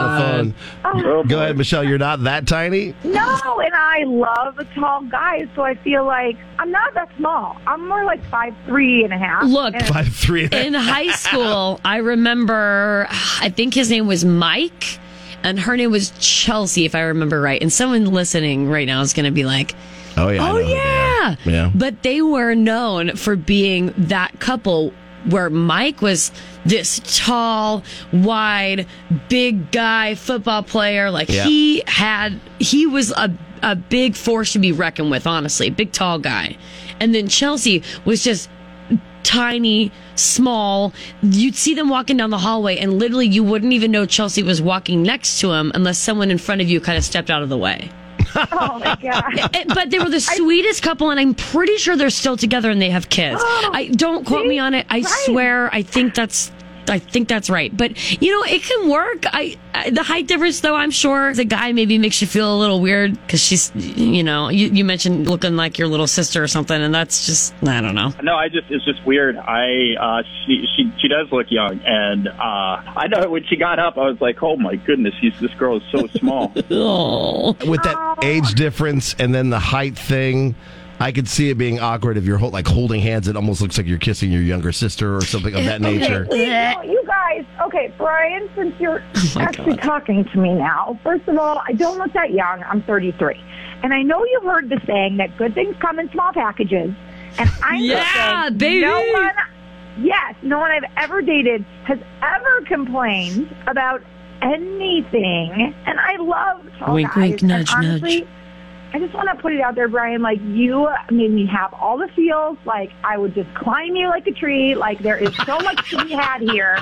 Speaker 9: the
Speaker 11: on.
Speaker 9: phone. Go ahead, Michelle. You're not that tiny.
Speaker 11: No, and I love a tall guy, so I feel like I'm not that small. I'm more like five three and a half.
Speaker 8: Look,
Speaker 11: And-
Speaker 9: Five three.
Speaker 8: in high school, I remember, I think his name was Mike, and her name was Chelsea, if I remember right. And someone listening right now is going to be like,
Speaker 9: Oh yeah. I
Speaker 8: Oh,
Speaker 9: know who they are. Yeah.
Speaker 8: But they were known for being that couple where Mike was this tall, wide, big guy football player. Like
Speaker 12: Yeah.
Speaker 8: he had, he was a, a big force to be reckoned with, honestly. Big, tall guy. And then Chelsea was just tiny, small. You'd see them walking down the hallway, and literally you wouldn't even know Chelsea was walking next to him unless someone in front of you kind of stepped out of the way.
Speaker 11: Oh my god!
Speaker 8: Eh, but they were the sweetest couple, and I'm pretty sure they're still together and they have kids.
Speaker 11: Oh,
Speaker 8: I don't quote me on it. I swear, I think that's. I think that's right, but you know it can work. I, I the height difference, though, I'm sure as a guy maybe makes you feel a little weird because she's, you know, you, you mentioned looking like your little sister or something, and that's just I don't know.
Speaker 13: No, I just it's just weird. I uh, she she she does look young, and uh, I know when she got up, I was like, oh my goodness, she's, this girl is so small.
Speaker 9: Oh. With that age difference and then the height thing, I could see it being awkward if you're hol- like holding hands. It almost looks like you're kissing your younger sister or something of that
Speaker 11: Okay,
Speaker 9: nature.
Speaker 11: please, no, you guys, okay, Brian, since you're
Speaker 8: Oh
Speaker 11: actually talking to me now, first of all, I don't look that young. I'm 33. And I know you've heard the saying that good things come in small packages. And I'm just
Speaker 8: Yeah,
Speaker 11: saying,
Speaker 8: baby.
Speaker 11: No one, yes, no one I've ever dated has ever complained about anything. And I love tall
Speaker 8: Wink,
Speaker 11: guys.
Speaker 8: wink,
Speaker 11: And
Speaker 8: nudge, nudge.
Speaker 11: honestly, I just want to put it out there, Brian. Like you made me have all the feels. Like I would just climb you like a tree. Like there is so much to be had here.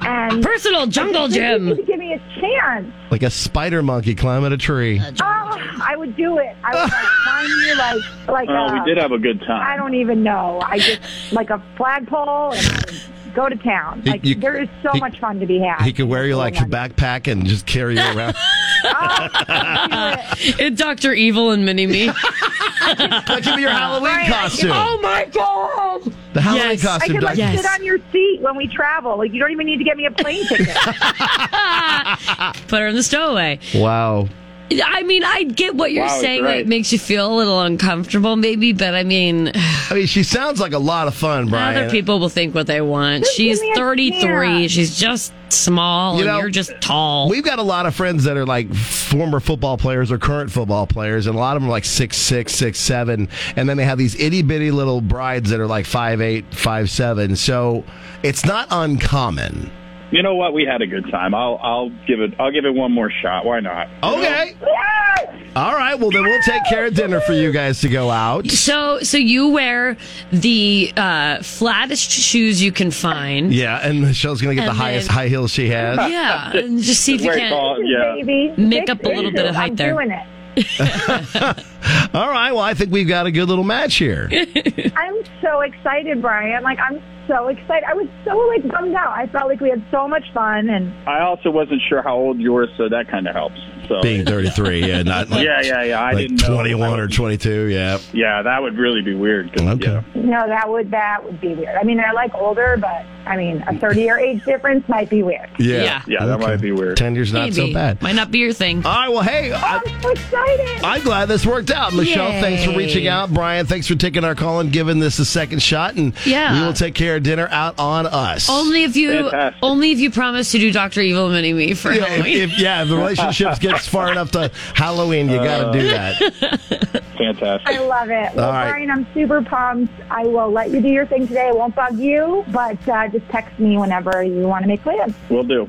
Speaker 11: And
Speaker 8: Personal jungle
Speaker 11: I just think
Speaker 9: gym.
Speaker 11: You need to give me a chance.
Speaker 9: Like a spider monkey climbing a tree.
Speaker 11: Oh, I would do it. I would like, climb you like like.
Speaker 13: Oh,
Speaker 11: uh,
Speaker 13: we did have a good time.
Speaker 11: I don't even know. I just like a flagpole and I would go to town.
Speaker 9: He-
Speaker 11: Like
Speaker 9: you-
Speaker 11: there is so
Speaker 9: he-
Speaker 11: much fun to be had.
Speaker 9: He could wear you like a backpack and just carry you around.
Speaker 11: Oh.
Speaker 8: it's Doctor Evil and Mini Me.
Speaker 9: that could be your Halloween costume.
Speaker 8: Oh my god!
Speaker 9: The Halloween
Speaker 8: Yes.
Speaker 11: I
Speaker 9: costume.
Speaker 11: could like
Speaker 9: Doc-
Speaker 11: sit on your seat when we travel. Like you don't even need to get me a plane ticket.
Speaker 8: Put her in the stowaway.
Speaker 9: Wow.
Speaker 8: I mean, I get what you're
Speaker 9: Wow,
Speaker 8: saying.
Speaker 9: you're
Speaker 8: That
Speaker 9: right.
Speaker 8: it makes you feel a little uncomfortable, maybe. But I mean,
Speaker 9: I mean, she sounds like a lot of fun, Brian.
Speaker 8: other people will think what they want.
Speaker 9: Just
Speaker 8: She's
Speaker 9: give me a
Speaker 8: 33.
Speaker 9: chance.
Speaker 8: She's just small,
Speaker 9: You
Speaker 8: and
Speaker 9: know,
Speaker 8: you're just tall.
Speaker 9: We've got a lot of friends that are like former football players or current football players, and a lot of them are like six six, six seven, and then they have these itty bitty little brides that are like five eight, five seven. So it's not uncommon.
Speaker 13: You know what? We had a good time. I'll I'll give it I'll give it one more shot. Why not?
Speaker 9: Okay. All right. Well, then we'll take care of dinner for you guys to go out.
Speaker 8: So, so you wear the uh, flattest shoes you can find.
Speaker 9: Yeah, and Michelle's gonna get
Speaker 8: And
Speaker 9: the highest
Speaker 8: then-
Speaker 9: high heels she has.
Speaker 8: Yeah, and just see if you
Speaker 9: Very
Speaker 8: can
Speaker 9: tall, yeah.
Speaker 8: make up a little bit of height
Speaker 11: I'm
Speaker 8: there.
Speaker 11: doing it.
Speaker 9: All right. Well, I think we've got a good little match here.
Speaker 11: I'm so excited, Brian. Like I'm so excited. I was so like bummed out. I felt like we had so much fun and
Speaker 13: I also wasn't sure how old you were, so that kind of helps. So
Speaker 9: Being 33, yeah, not like,
Speaker 13: yeah, yeah, yeah. I
Speaker 9: like
Speaker 13: didn't know.
Speaker 9: 21 or 22, yeah.
Speaker 13: Yeah, that would really be weird. 'cause,
Speaker 9: Okay.
Speaker 13: yeah.
Speaker 11: no, that would that would be weird. I mean, I like older, but I mean, a 30 year age difference might be weird.
Speaker 9: Yeah.
Speaker 8: Yeah.
Speaker 13: Yeah, that might be weird.
Speaker 9: Ten years not so
Speaker 8: Maybe.
Speaker 9: bad.
Speaker 8: Might not be your thing.
Speaker 9: All right. Well, hey, I,
Speaker 11: am Oh, so excited.
Speaker 9: I'm glad this worked out. Michelle,
Speaker 8: Yay.
Speaker 9: thanks for reaching out. Brian, thanks for taking our call and giving this a second shot. And
Speaker 8: Yeah.
Speaker 9: we will take care of dinner out on us.
Speaker 8: Only if you,
Speaker 9: Fantastic.
Speaker 8: only if you promise to do Doctor Evil and Mini Me for
Speaker 9: Yeah, if,
Speaker 8: Halloween.
Speaker 9: if- yeah, if the relationship gets far enough to Halloween, you got to do that.
Speaker 13: Uh, Fantastic.
Speaker 11: I love it. Well,
Speaker 9: All right.
Speaker 11: Brian, I'm super pumped. I will let you do your thing today. I won't bug you, but uh, just text me whenever you want to make plans.
Speaker 13: Will do.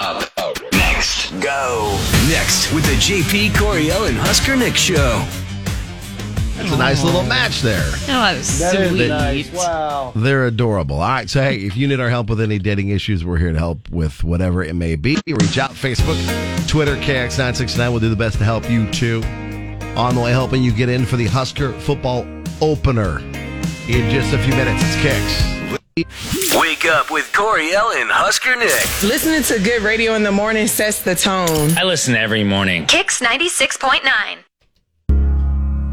Speaker 4: Up, up next. Go. Next with the JP Coriel and Husker Nick show.
Speaker 9: It's a nice little match there.
Speaker 8: Oh, I was
Speaker 9: That is
Speaker 8: sweet.
Speaker 9: nice.
Speaker 8: Wow.
Speaker 9: They're adorable. All right. So, hey, if you need our help with any dating issues, we're here to help with whatever it may be. Reach out Facebook, Twitter, KX969. We'll do the best to help you too. On the way, helping you get in for the Husker football opener in just a few minutes. It's Kicks.
Speaker 4: Wake up with Coriel and Husker Nick.
Speaker 14: Listening to good radio in the morning sets the tone.
Speaker 15: I listen every morning.
Speaker 1: Kicks 96.9.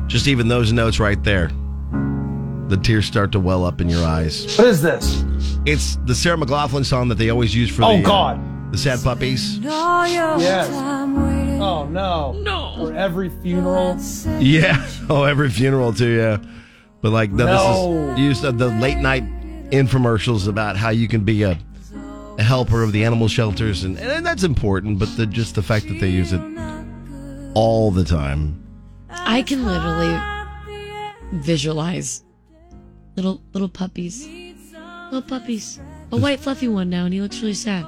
Speaker 9: Just even those notes right there. The tears start to well up in your eyes.
Speaker 10: What is this?
Speaker 9: It's the Sarah McLaughlin song that they always use for
Speaker 10: Oh,
Speaker 9: the uh,
Speaker 10: God.
Speaker 9: the sad puppies.
Speaker 10: Yes. Oh no. No. For every funeral.
Speaker 9: Yeah. Oh, every funeral too. Yeah. But like, no,
Speaker 10: No.
Speaker 9: this is used of the late night infomercials about how you can be a, a helper of the animal shelters, and, and that's important. But the, just the fact that they use it all the time.
Speaker 8: I can literally visualize little little puppies, little puppies. A white fluffy one now, and he looks really sad.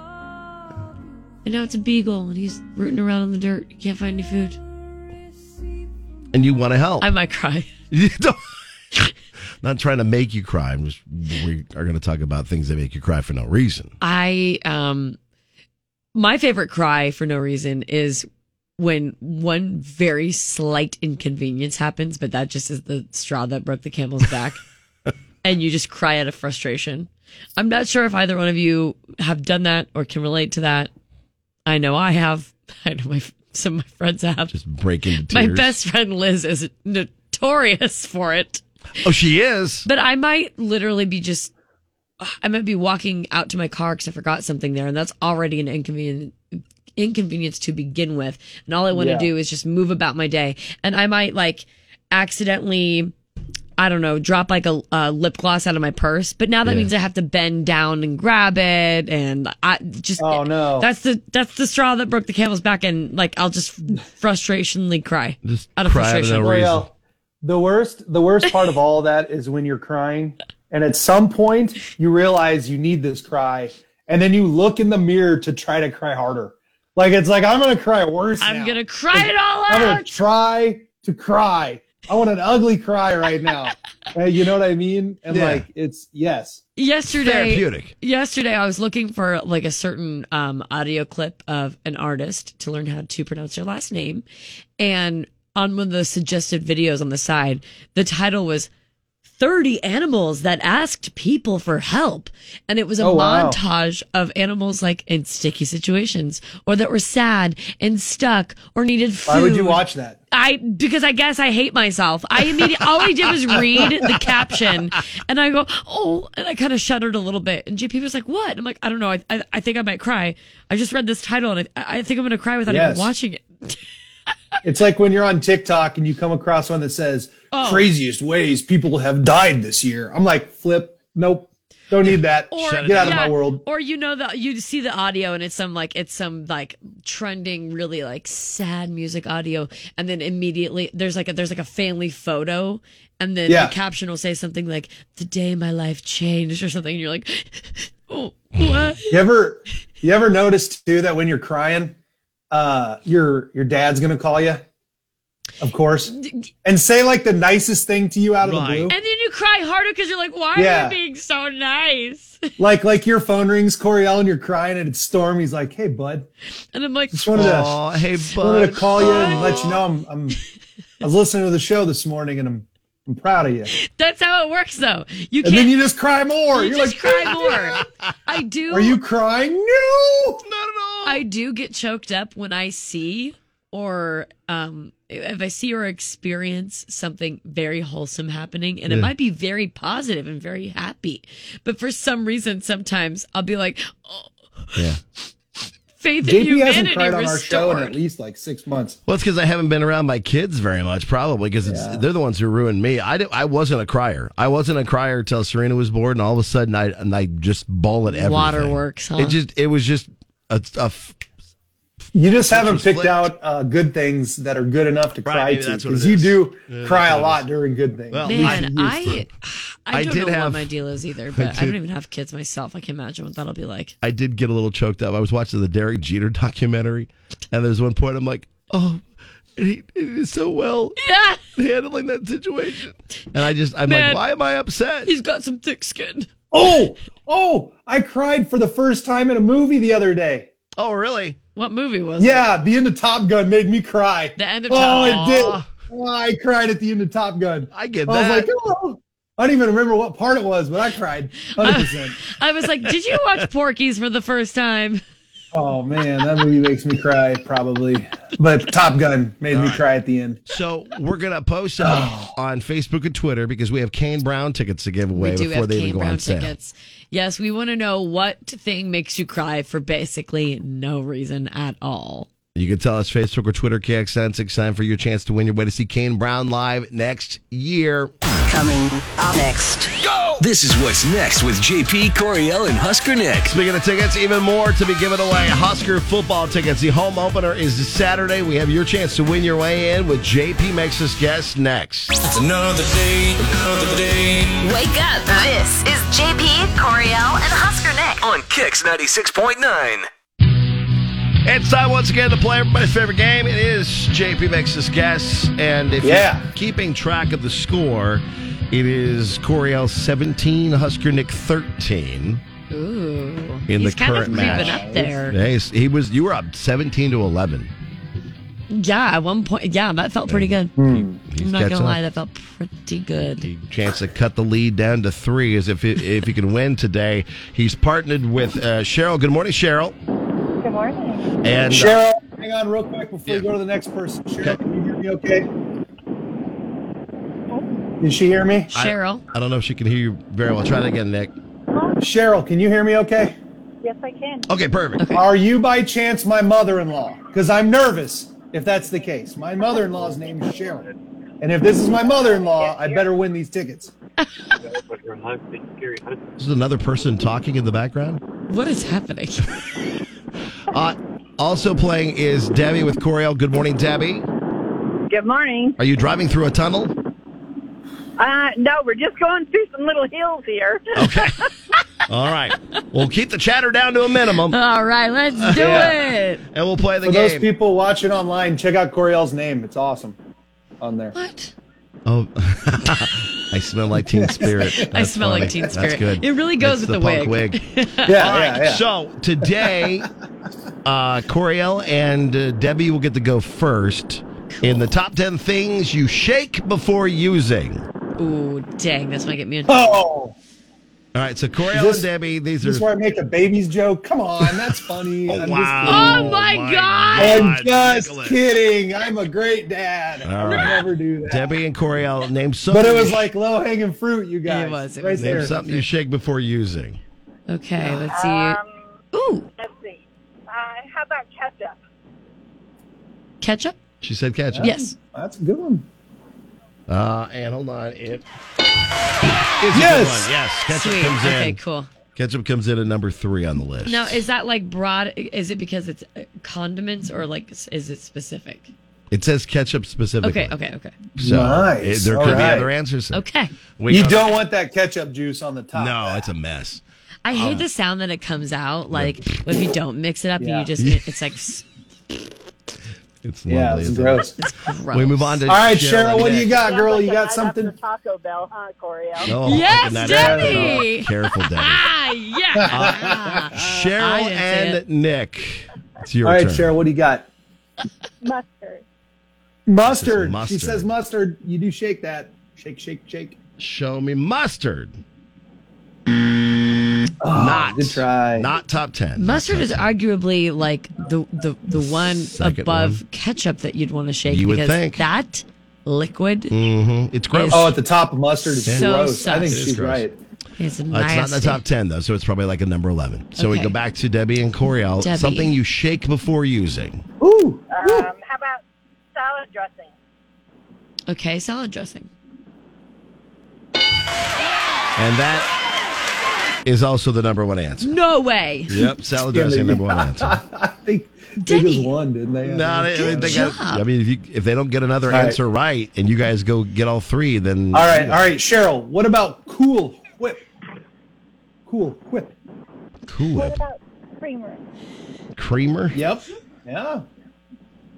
Speaker 8: And now it's a beagle, and he's rooting around in the dirt. He can't find any food.
Speaker 9: And you want to help.
Speaker 8: I might cry.
Speaker 9: You don't- Not trying to make you cry. I'm just we are going to talk about things that make you cry for no reason.
Speaker 8: I um my favorite cry for no reason is when one very slight inconvenience happens, but that just is the straw that broke the camel's back. and you just cry out of frustration. I'm not sure if either one of you have done that or can relate to that. I know I have. I know my some of my friends have. Just
Speaker 9: Break into
Speaker 8: my
Speaker 9: tears.
Speaker 8: best friend Liz is notorious for it.
Speaker 9: Oh, she is.
Speaker 8: But I might literally be just, I might be walking out to my car because I forgot something there, and that's already an inconvenience inconvenience to begin with. And all I want to
Speaker 16: Yeah.
Speaker 8: do is just move about my day. And I might like accidentally, I don't know, drop like a, a lip gloss out of my purse. But now that
Speaker 16: Yeah.
Speaker 8: means I have to bend down and grab it, and I just oh no, that's the that's the straw that broke the camel's back, and like I'll just frustrationally cry just out of frustration.
Speaker 10: L'Oreal, the worst the worst part of all that is when you're crying and at some point you realize you need this cry and then you look in the mirror to try to cry harder. Like it's like I'm gonna cry worse.
Speaker 8: I'm
Speaker 10: now.
Speaker 8: gonna cry it all
Speaker 10: I'm
Speaker 8: out.
Speaker 10: gonna try to cry. I want an ugly cry right now. Uh, you know what I mean? And
Speaker 8: Yeah.
Speaker 10: like it's yes.
Speaker 8: yesterday
Speaker 10: Therapeutic.
Speaker 8: yesterday i was looking for like a certain um audio clip of an artist to learn how to pronounce their last name and on one of the suggested videos on the side the title was 30 animals that asked people for help and it was a
Speaker 16: Oh, wow.
Speaker 8: montage of animals like in sticky situations or that were sad and stuck or needed food
Speaker 10: Why would you watch that?
Speaker 8: I because I guess I hate myself. I immediately all I did was read the caption, and I go, oh, and I kind of shuddered a little bit. And JP was like, "What?" I'm like, "I don't know. I I, I think I might cry. I just read this title, and I, I think I'm gonna cry without
Speaker 10: Yes.
Speaker 8: even watching it."
Speaker 10: It's like when you're on TikTok and you come across one that says
Speaker 8: Oh.
Speaker 10: craziest ways people have died this year. I'm like, flip, nope, don't need that. Get out of my
Speaker 8: yeah,
Speaker 10: world.
Speaker 8: Or you know the you see the audio, and it's some like it's some like trending, really like sad music audio, and then immediately there's like a there's like a family photo. And then
Speaker 16: Yeah.
Speaker 8: the caption will say something like "the day my life changed" or something, and you're like, "Oh, what?"
Speaker 10: You ever you ever notice too that when you're crying, uh, your your dad's gonna call you, of course, and say like the nicest thing to you out of the
Speaker 8: And
Speaker 10: blue.
Speaker 8: then you cry harder because you're like, why
Speaker 10: Yeah.
Speaker 8: are you being so nice?
Speaker 10: Like like your phone rings, Coriel, and you're crying, and it's Storm. He's like, "Hey, bud,
Speaker 8: And I'm like,
Speaker 10: just wanted to,
Speaker 9: Aw, hey,
Speaker 10: just wanted to
Speaker 9: bud.
Speaker 10: call you and let you know I'm, I'm I was listening to the show this morning, and I'm I'm proud of you."
Speaker 8: That's how it works, though. You
Speaker 10: and
Speaker 8: can't.
Speaker 10: then you just cry more.
Speaker 8: You
Speaker 10: are
Speaker 8: just
Speaker 10: like,
Speaker 8: cry more. I do.
Speaker 10: Are you crying? No,
Speaker 9: not at all.
Speaker 8: I do get choked up when I see or um if I see or experience something very wholesome happening, and it
Speaker 16: Yeah.
Speaker 8: might be very positive and very happy, but for some reason, sometimes I'll be like, oh,
Speaker 9: Yeah.
Speaker 8: faith in
Speaker 10: JP hasn't
Speaker 8: humanity
Speaker 10: cried on our show in
Speaker 8: restored.
Speaker 10: at least like six months.
Speaker 9: Well, it's because I haven't been around my kids very much, probably because it's they're the ones who ruined me. I, di- I wasn't a crier. I wasn't a crier till Serena was born, and all of a sudden I and I just ball at everything.
Speaker 8: Waterworks, huh?
Speaker 9: It just it was just a, a f-
Speaker 10: You just haven't
Speaker 9: was
Speaker 10: picked
Speaker 9: flipped.
Speaker 10: out uh, good things that are good enough to
Speaker 9: Right,
Speaker 10: cry
Speaker 9: maybe
Speaker 10: to
Speaker 9: that's what it
Speaker 10: because you
Speaker 9: is.
Speaker 10: do
Speaker 9: Yeah,
Speaker 10: cry
Speaker 9: that's
Speaker 10: a
Speaker 9: what it
Speaker 10: lot
Speaker 9: is.
Speaker 10: during good things.
Speaker 9: Well,
Speaker 8: Man, I, I
Speaker 9: I
Speaker 8: don't
Speaker 9: did
Speaker 8: know
Speaker 9: have-
Speaker 8: what my deal is either,
Speaker 9: I
Speaker 8: but I,
Speaker 9: did-
Speaker 8: don't even have kids myself. I can imagine what that'll be like.
Speaker 9: I did get a little choked up. I was watching the Derek Jeter documentary, and there's one point I'm like, oh, And he did so well handling that situation. And I just, I'm
Speaker 10: Man.
Speaker 9: like, why am I upset? He's
Speaker 8: got some thick skin.
Speaker 10: Oh, oh, I cried for the first time in a movie the other day.
Speaker 9: Oh, really?
Speaker 8: What movie was it?
Speaker 10: Yeah, the end of Top Gun made me cry.
Speaker 8: The end of
Speaker 10: Oh,
Speaker 8: Top-
Speaker 10: it did.
Speaker 8: Aw.
Speaker 10: Oh, I cried at the end of Top Gun. I
Speaker 9: get
Speaker 10: I was
Speaker 8: that.
Speaker 10: like, oh. I don't even remember what part it was, but I cried 100%.
Speaker 8: I was like, did you watch Porky's for the first time?
Speaker 10: oh, man, that movie makes me cry, probably. But Top Gun made me cry at the end. Oh.
Speaker 9: So we're gonna post up on Facebook and Twitter because we have Kane Brown tickets to give away
Speaker 8: we do
Speaker 9: before
Speaker 8: have
Speaker 9: they
Speaker 8: Kane
Speaker 9: even go
Speaker 8: Brown
Speaker 9: on sale.
Speaker 8: tickets. Yes, we want to know what thing makes you cry for basically no reason at all.
Speaker 9: You can tell us Facebook or Twitter KXN six sign for your chance to win your way to see Kane Brown live next year. Coming up next. Go!
Speaker 17: This is what's next with JP Coriel and Husker Nick.
Speaker 9: Speaking of tickets, even more to be given away. Husker football tickets. The home opener is Saturday. We have your chance to win your way in with JP makes us guess next.
Speaker 4: It's another day, another day.
Speaker 1: Wake up. This is JP, Coriel, and Husker Nick.
Speaker 17: On Kicks 96.9.
Speaker 9: It's time once again to play everybody's favorite game. It is JP makes this guess, and if
Speaker 10: Yeah.
Speaker 9: you're keeping track of the score, it is Coriel seventeen, Husker Nick thirteen
Speaker 8: Ooh.
Speaker 9: in
Speaker 8: He's
Speaker 9: the
Speaker 8: kind of
Speaker 9: current
Speaker 8: creeping
Speaker 9: match.
Speaker 8: up there.
Speaker 9: Yeah, he's- he was. You were up seventeen to eleven.
Speaker 8: Yeah, at one point. Yeah, that felt pretty good.
Speaker 9: Hmm.
Speaker 8: I'm not
Speaker 9: got
Speaker 8: going to
Speaker 9: some.
Speaker 8: lie, that felt pretty good.
Speaker 9: Chance to cut the lead down to three is if it, if he can win today. He's partnered with uh, Cheryl. Good morning, Cheryl.
Speaker 18: Good morning.
Speaker 9: And uh,
Speaker 10: Cheryl, hang on real quick before we go to the next person. Cheryl, can you hear me okay? Did she hear me?
Speaker 9: I- I, don't know if she can hear you very well. Try that again, Nick.
Speaker 10: Cheryl, can you hear me okay?
Speaker 18: Yes, I can.
Speaker 9: Okay, perfect.
Speaker 10: Are you by chance my mother in law? Because I'm nervous if that's the case. My mother in law's name is Cheryl. And if this is my mother in law, I better win these tickets.
Speaker 9: This is another person talking in the background.
Speaker 8: What is happening?
Speaker 9: Uh, also playing is Debbie with Coriel. Good morning, Debbie.
Speaker 11: Good morning.
Speaker 9: Are you driving through a tunnel?
Speaker 11: Uh, no, we're just going through some little hills here.
Speaker 9: Okay. All right. We'll keep the chatter down to a minimum.
Speaker 8: All right, let's do it.
Speaker 9: And we'll play the
Speaker 10: For those
Speaker 9: game.
Speaker 10: people watching online, check out Coriel's name. It's awesome on there.
Speaker 8: What?
Speaker 9: Oh, I smell like Teen Spirit.
Speaker 8: I
Speaker 9: That's
Speaker 8: smell like
Speaker 9: funny.
Speaker 8: Teen
Speaker 9: That's
Speaker 8: Spirit.
Speaker 9: good.
Speaker 8: It really goes
Speaker 9: That's
Speaker 8: with the,
Speaker 9: punk
Speaker 8: wig.
Speaker 9: All right, So today, uh, Coriel and uh, Debbie will get to go first in the top 10 things you shake before using.
Speaker 8: Ooh, dang, that's gonna get me in.
Speaker 10: Oh,
Speaker 9: All right, so Coriel and Debbie, these
Speaker 10: This
Speaker 9: are Oh,
Speaker 10: is where I make a baby's joke. Come on, that's funny. I'm just
Speaker 9: wow.
Speaker 10: kidding.
Speaker 9: Oh, my My God.
Speaker 10: I'm
Speaker 9: God,
Speaker 10: just
Speaker 9: Nicholas.
Speaker 10: kidding. I'm a great dad. I
Speaker 9: All
Speaker 10: would
Speaker 9: right.
Speaker 10: never do that.
Speaker 9: Debbie and Coriel named something.
Speaker 10: But it was like low hanging fruit, you guys. It was. It right
Speaker 9: name
Speaker 10: there.
Speaker 9: something you shake before using.
Speaker 8: Okay, let's see. Ooh,
Speaker 11: Um, Let's see. Uh, how about ketchup?
Speaker 8: ketchup.
Speaker 9: She said ketchup.
Speaker 8: Yes.
Speaker 10: That's a good one.
Speaker 9: Uh, and hold on, it.
Speaker 10: Yes!
Speaker 9: Yes. Yes. Ketchup
Speaker 8: Sweet.
Speaker 9: comes in.
Speaker 8: Okay, cool.
Speaker 9: Ketchup comes in at number three on the list.
Speaker 8: Now, is that like broad? Is it because it's uh, condiments or like s- is it specific?
Speaker 9: It says ketchup specifically.
Speaker 8: Okay, okay, okay.
Speaker 9: So
Speaker 10: Nice.
Speaker 9: it- there
Speaker 10: All
Speaker 9: could be
Speaker 10: right.
Speaker 9: other answers. there.
Speaker 8: Okay.
Speaker 9: We
Speaker 10: you
Speaker 9: go-
Speaker 10: don't want that ketchup juice on the top.
Speaker 9: No, it's a mess.
Speaker 8: I hate
Speaker 9: Um,
Speaker 8: the sound that it comes out. Like if you don't mix it up,
Speaker 9: Yeah.
Speaker 8: and you just it's like s-
Speaker 9: It's
Speaker 10: Yeah,
Speaker 9: lovely.
Speaker 10: it's
Speaker 9: isn't it?
Speaker 10: gross.
Speaker 8: It's gross.
Speaker 9: We move on to.
Speaker 10: All right, Cheryl,
Speaker 9: and
Speaker 10: what do you
Speaker 9: Nick.
Speaker 10: got, girl? You got something?
Speaker 11: Taco Bell, huh, Coriel?
Speaker 9: No,
Speaker 11: Yes,
Speaker 9: Oh, I cannot-
Speaker 11: Debbie!
Speaker 9: Oh, careful, Debbie.
Speaker 8: ah
Speaker 11: I
Speaker 9: yeah. Cheryl
Speaker 11: didn't
Speaker 9: and
Speaker 11: say it.
Speaker 9: Nick, it's your
Speaker 10: All right,
Speaker 9: turn.
Speaker 10: Cheryl, what do you got?
Speaker 11: Mustard.
Speaker 10: Mustard.
Speaker 9: mustard.
Speaker 10: She says mustard. You do shake that. Shake, shake, shake.
Speaker 9: Show me mustard. not good
Speaker 10: Oh, try.
Speaker 9: Not top ten.
Speaker 8: Mustard is arguably like the the the one
Speaker 9: Second
Speaker 8: above
Speaker 9: one.
Speaker 8: ketchup that you'd want to shake
Speaker 9: You would
Speaker 8: because
Speaker 9: think.
Speaker 8: that liquid
Speaker 9: Mm-hmm. It's gross.
Speaker 10: Oh, at the top of mustard is
Speaker 9: Yeah.
Speaker 10: gross. I think
Speaker 9: It is
Speaker 10: she's
Speaker 9: gross.
Speaker 10: right.
Speaker 8: is
Speaker 9: Uh, it's
Speaker 8: nasty.
Speaker 9: not in the top ten though, so it's probably like a number eleven. So we
Speaker 11: Okay.
Speaker 9: go back to Debbie and Coriel.
Speaker 11: Debbie.
Speaker 9: Something you shake before using.
Speaker 10: Ooh.
Speaker 11: Um, how about salad dressing?
Speaker 8: Okay, salad dressing.
Speaker 9: And that is also the number one answer.
Speaker 8: No way.
Speaker 9: Yep, salad dressing number one answer.
Speaker 10: I think they just won, didn't they?
Speaker 9: No, they- they- they got- I mean, if, you, if they don't get another
Speaker 10: All right.
Speaker 9: answer right, and you guys go get all three, then
Speaker 10: all right, all right, Cheryl. What about cool whip? Cool whip.
Speaker 9: Cool Whip.
Speaker 11: about creamer?
Speaker 9: creamer.
Speaker 10: Yep. Yeah.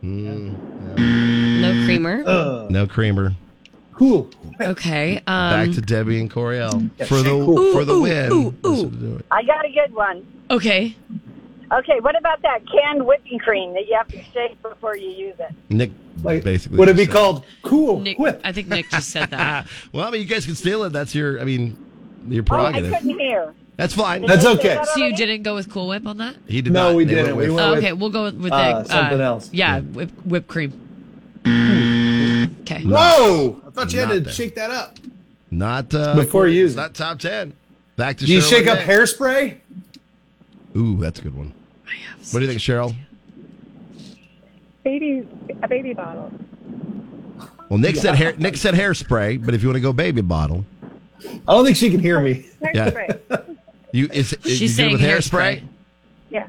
Speaker 9: Mm, yeah.
Speaker 8: No creamer.
Speaker 10: Uh.
Speaker 9: No creamer.
Speaker 10: Cool.
Speaker 8: Okay. Um,
Speaker 9: Back to Debbie and Coriel for the
Speaker 8: Ooh,
Speaker 9: for the
Speaker 8: ooh,
Speaker 9: win.
Speaker 8: ooh,
Speaker 9: That's what we do.
Speaker 11: I got a good one.
Speaker 8: Okay.
Speaker 11: Okay, what about that canned whipping cream that you have to shake before you use it?
Speaker 9: Nick basically.
Speaker 10: would it be
Speaker 9: said-
Speaker 10: called Cool
Speaker 8: Nick,
Speaker 10: Whip?
Speaker 8: I think Nick just said that.
Speaker 9: Well, I mean, you guys can steal it. That's your. I mean, your
Speaker 11: Oh, I
Speaker 9: prerogative.
Speaker 11: couldn't hear.
Speaker 9: That's fine.
Speaker 8: So you didn't go with Cool Whip on that?
Speaker 9: He did
Speaker 10: No,
Speaker 9: not.
Speaker 10: we
Speaker 9: They
Speaker 10: didn't. We
Speaker 9: with-
Speaker 10: went
Speaker 8: Oh,
Speaker 10: with-
Speaker 8: okay, we'll go with, with the,
Speaker 10: uh, something else.
Speaker 8: Yeah, whip, whipped cream. Okay.
Speaker 10: Whoa! I thought you
Speaker 9: Not
Speaker 10: had to
Speaker 9: there.
Speaker 10: shake that up.
Speaker 9: Not uh,
Speaker 10: Before you use it.
Speaker 9: Not top ten. Back to.
Speaker 10: Do you
Speaker 9: Cheryl
Speaker 10: shake
Speaker 9: and
Speaker 10: up
Speaker 9: Nick.
Speaker 10: hairspray?
Speaker 9: Ooh, that's a good one. What do you think, Cheryl?
Speaker 1: Baby, a baby bottle.
Speaker 9: Well, Nick said
Speaker 1: Yeah.
Speaker 9: hair. Nick said hairspray, but if you want to go baby bottle,
Speaker 10: I don't think she can hear me.
Speaker 9: Yeah. you is, is
Speaker 1: She's
Speaker 9: you good with
Speaker 1: saying
Speaker 9: hairspray.
Speaker 1: Yeah.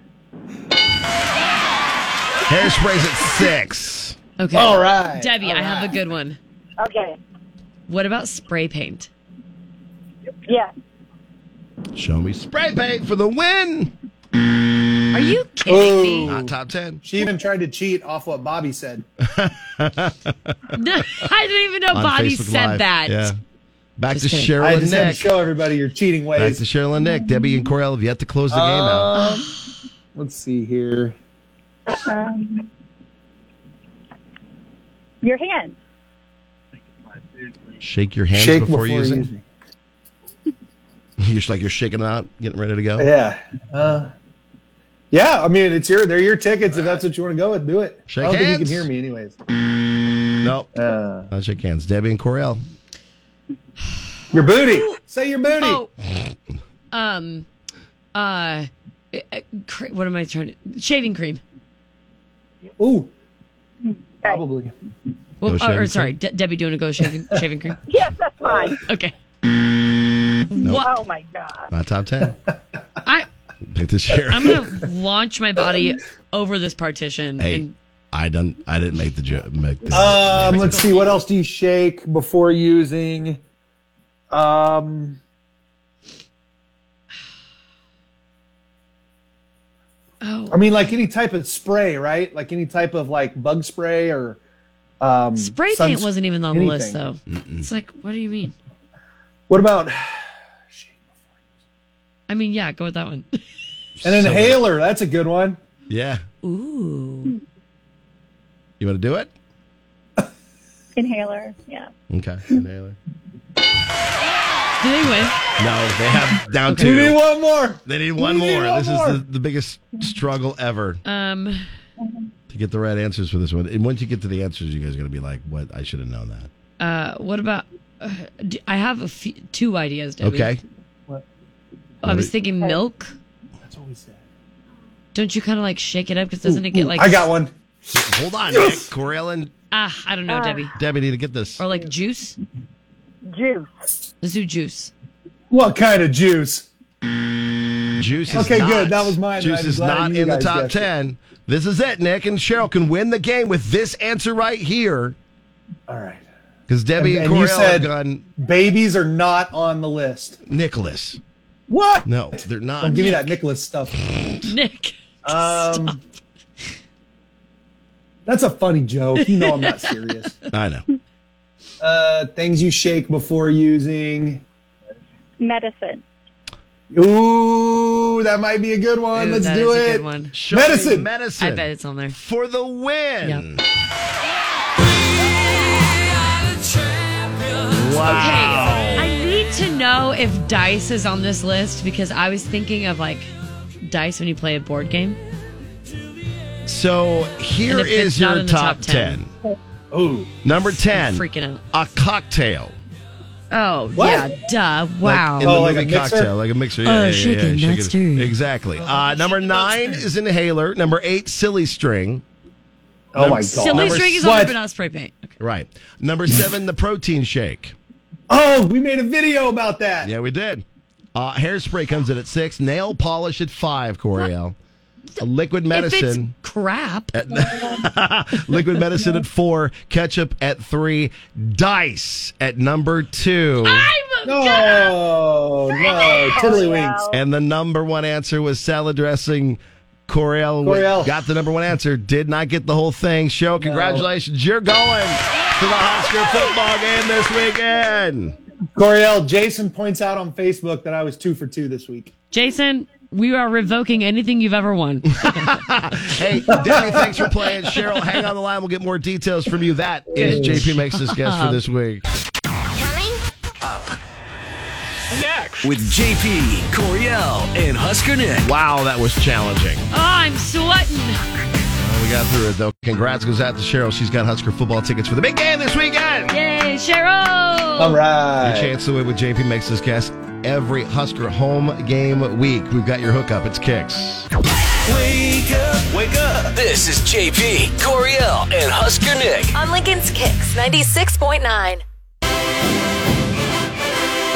Speaker 9: Hairspray's at six.
Speaker 8: Okay.
Speaker 10: All right.
Speaker 8: Debbie, I have a good one.
Speaker 11: Okay.
Speaker 8: What about spray paint?
Speaker 11: Yeah.
Speaker 9: Show me spray paint for the win.
Speaker 8: Are you
Speaker 10: Oh.
Speaker 9: Not top ten.
Speaker 10: She even tried to cheat off what Bobby said.
Speaker 8: No, I didn't even know
Speaker 9: On
Speaker 8: Bobby
Speaker 9: Facebook
Speaker 8: said
Speaker 9: Live.
Speaker 8: that.
Speaker 9: Yeah. Back to
Speaker 10: kidding.
Speaker 9: Cheryl
Speaker 10: I
Speaker 9: and
Speaker 10: just had to
Speaker 9: Nick.
Speaker 10: show everybody your cheating
Speaker 9: Back
Speaker 10: ways.
Speaker 9: to Cheryl and Nick. Debbie and Coriel have yet to close the game out.
Speaker 10: Um, let's see here.
Speaker 1: Um, your hand.
Speaker 9: Shake your hands
Speaker 10: Shake
Speaker 9: before,
Speaker 10: before
Speaker 9: using.
Speaker 10: using.
Speaker 9: You're just like you're shaking it out, getting ready to go.
Speaker 10: Yeah. Uh, yeah, I mean, it's your they're your tickets. If that's what you want to go with, do it.
Speaker 9: Shake
Speaker 10: I don't think you
Speaker 9: hands.
Speaker 10: can hear me, anyways.
Speaker 9: Nope. I'll shake hands. Debbie and Coriel.
Speaker 10: Your booty. Say your booty.
Speaker 8: Oh. Um. Uh. uh, cr- What am I trying to? Shaving cream.
Speaker 10: Ooh. Probably.
Speaker 8: Well,
Speaker 9: Go
Speaker 8: uh, or
Speaker 9: shaving
Speaker 8: sorry, De- Debbie, do you want to go shaving shaving cream?
Speaker 11: Yes, that's fine.
Speaker 8: Okay.
Speaker 9: Nope.
Speaker 11: Oh my god.
Speaker 9: Not top ten.
Speaker 8: I
Speaker 9: Back to Cheryl.
Speaker 8: I'm gonna launch my body over this partition.
Speaker 9: Hey,
Speaker 8: And
Speaker 9: I didn't. I didn't make the joke. Make the,
Speaker 10: Um, let's see. What else do you shake before using? Um,
Speaker 8: oh,
Speaker 10: I mean, like any type of spray, right? Like any type of like bug spray or um,
Speaker 8: spray paint
Speaker 10: suns-
Speaker 8: wasn't even on the list
Speaker 10: anything.
Speaker 8: though. It's like, what do you mean?
Speaker 10: What about
Speaker 8: I mean, yeah, go with that one.
Speaker 10: an inhaler? That's a good one.
Speaker 9: Yeah.
Speaker 8: Ooh.
Speaker 9: You want to do it?
Speaker 1: Inhaler. Yeah.
Speaker 9: Okay. Inhaler.
Speaker 8: Do they win?
Speaker 9: No, they have down
Speaker 10: We
Speaker 9: two.
Speaker 10: need one more.
Speaker 9: They need one
Speaker 10: We need
Speaker 9: more.
Speaker 10: one
Speaker 9: this
Speaker 10: more.
Speaker 9: is the, the biggest struggle ever
Speaker 8: Um.
Speaker 9: to get the right answers for this one. And once you get to the answers, you guys are gonna be like, "What? I should have known that."
Speaker 8: Uh. What about? Uh, do, I have a few, two ideas, Debbie.
Speaker 9: Okay.
Speaker 8: I was thinking milk.
Speaker 10: That's what we said.
Speaker 8: Don't you kind of like shake it up? Because doesn't it get like
Speaker 10: I got one.
Speaker 9: Hold on, Nick. Coriel and
Speaker 8: Ah, I don't know, Debbie.
Speaker 9: Debbie need to get this.
Speaker 8: Or like juice.
Speaker 11: Juice.
Speaker 8: Let's do juice.
Speaker 10: What kind of juice?
Speaker 9: Juice is
Speaker 10: Okay,
Speaker 9: not-
Speaker 10: good. That was mine.
Speaker 9: Juice
Speaker 10: I'm
Speaker 9: is
Speaker 10: glad
Speaker 9: not
Speaker 10: you
Speaker 9: in the
Speaker 10: guys
Speaker 9: top
Speaker 10: guessed it.
Speaker 9: ten. This is it. Nick and Cheryl can win the game with this answer right here
Speaker 10: All right.
Speaker 9: because Debbie and,
Speaker 10: And- and you
Speaker 9: Coriel have
Speaker 10: said-
Speaker 9: gone
Speaker 10: Babies are not on the list.
Speaker 9: Nicholas.
Speaker 10: What?
Speaker 9: No, they're not.
Speaker 10: Don't give me that Nicholas stuff.
Speaker 8: Nick.
Speaker 10: Um, that's a funny joke. You know I'm not serious.
Speaker 9: I know.
Speaker 10: Uh, things you shake before using.
Speaker 1: Medicine.
Speaker 10: Ooh, that might be a good one.
Speaker 8: Ooh,
Speaker 10: Oh, Let's
Speaker 8: that
Speaker 10: do
Speaker 8: is a
Speaker 10: it.
Speaker 8: good one.
Speaker 9: Show me
Speaker 10: Medicine.
Speaker 9: medicine.
Speaker 8: I bet it's on there.
Speaker 9: for the win. Wow.
Speaker 8: I need to know if dice is on this list because I was thinking of like dice when you play a board game.
Speaker 9: So here
Speaker 8: And if it's
Speaker 9: is
Speaker 8: not
Speaker 9: your
Speaker 8: in the
Speaker 9: top,
Speaker 8: top
Speaker 9: 10.
Speaker 8: 10.
Speaker 10: Ooh,
Speaker 9: Number 10,
Speaker 8: Freaking out.
Speaker 9: a cocktail.
Speaker 8: Oh
Speaker 10: What?
Speaker 8: yeah, duh.
Speaker 9: Like
Speaker 8: Wow.
Speaker 9: in the
Speaker 10: Oh, like
Speaker 9: movie
Speaker 10: a mixer? Oh,
Speaker 9: cocktail, like a mixer. Yeah,
Speaker 8: Oh,
Speaker 9: yeah, yeah,
Speaker 8: shaking,
Speaker 9: yeah,
Speaker 8: not stirred.
Speaker 9: Exactly. Uh, number nine is inhaler. Number eight, silly string.
Speaker 10: Oh my god.
Speaker 8: Silly
Speaker 9: Number
Speaker 8: string is on
Speaker 10: what?
Speaker 8: there, but not spray paint. Okay.
Speaker 9: Right. Number seven, the protein shake.
Speaker 10: Oh, we made a video about that.
Speaker 9: Yeah, we did. Uh, hairspray comes in at six. Nail polish at five. Coriel. Uh, Liquid
Speaker 8: If it's
Speaker 9: medicine.
Speaker 8: crap,
Speaker 9: Liquid medicine at four. Ketchup at three. Dice at number two.
Speaker 8: I'm
Speaker 10: No,
Speaker 8: gonna-
Speaker 10: no, tiddlywinks.
Speaker 9: And the number one answer was salad dressing. Coriel,
Speaker 19: Coriel.
Speaker 9: got the number one answer. Did not get the whole thing. Show, congratulations. You're going to the Husker football game this weekend.
Speaker 19: Coriel, Jason points out on Facebook that I was two for two this week.
Speaker 8: Jason, we are revoking anything you've ever won.
Speaker 9: hey, Danny, thanks for playing. Cheryl, hang on the line. We'll get more details from you. That is JP Makes This Guest for this week.
Speaker 4: Next. With JP, Coriel, and Husker Nick.
Speaker 9: Wow, that was challenging.
Speaker 8: Oh, I'm sweating.
Speaker 9: Well, we got through it, though. Congrats goes out to Cheryl. She's got Husker football tickets for the big game this weekend.
Speaker 8: Yay, Cheryl.
Speaker 9: Your chance to win with JP Makes This Guest every Husker home game week. We've got your hookup. It's Kicks.
Speaker 4: Wake up, wake up. This is JP, Coriel, and Husker Nick.
Speaker 1: On Lincoln's Kicks 96.9.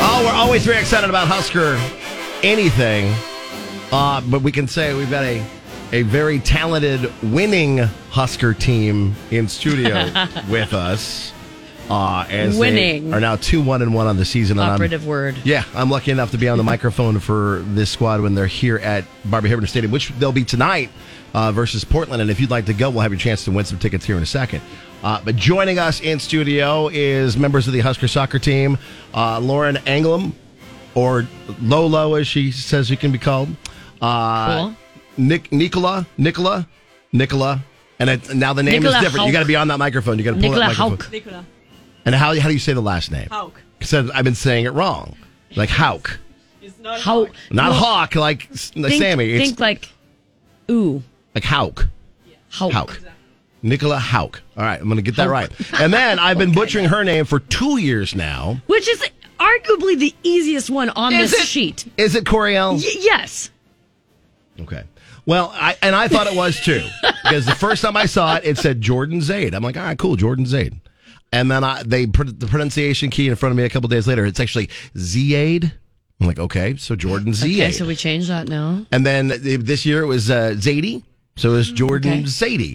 Speaker 9: Oh, we're always very excited about Husker anything. Uh, but we can say we've got a, a very talented winning Husker team in studio with us. Uh, as they
Speaker 8: Winning.
Speaker 9: are now 2 1 and 1 on the season. and I'm-
Speaker 8: Operative word.
Speaker 9: Yeah, I'm lucky enough to be on the microphone for this squad when they're here at Barbie Hibberton Stadium, which they'll be tonight uh, versus Portland. And if you'd like to go, we'll have your chance to win some tickets here in a second. Uh, but joining us in studio is members of the Husker soccer team, uh, Lauren Anglem, or Lolo, as she says she can be called. Uh,
Speaker 8: Cool.
Speaker 9: Nick, Nicola, Nicola, Nicola. And it, now the name
Speaker 16: Nicola
Speaker 9: is different.
Speaker 16: Hauk.
Speaker 9: You got to be on that microphone. You got to pull that microphone.
Speaker 16: Nicola.
Speaker 9: And how, how do you say the last name?
Speaker 16: Hauk.
Speaker 9: Said I've been saying it wrong. Like Hauk.
Speaker 8: How?
Speaker 9: Not Hawk, like, s- like
Speaker 8: think,
Speaker 9: Sammy. It's
Speaker 8: Think like, ooh,
Speaker 9: like Hauk.
Speaker 8: Hauk.
Speaker 9: Nicola Hauk. All right, I'm going to get that right. And then I've been butchering her name for two years now.
Speaker 8: which is arguably the easiest one on
Speaker 9: Is
Speaker 8: this
Speaker 9: it?
Speaker 8: sheet.
Speaker 9: Is it Coriel?
Speaker 8: Y- yes.
Speaker 9: Okay. Well, I and I thought it was too because the first time I saw it, it said Jordan Zaid. I'm like, all right, cool, Jordan Zaid. And then I they put the pronunciation key in front of me a couple days later. It's actually Zaid. I'm like, okay, so Jordan Zaid.
Speaker 8: Okay, so we change that now.
Speaker 9: and then th- this year it was uh, Zadie, so it was Jordan Zadie.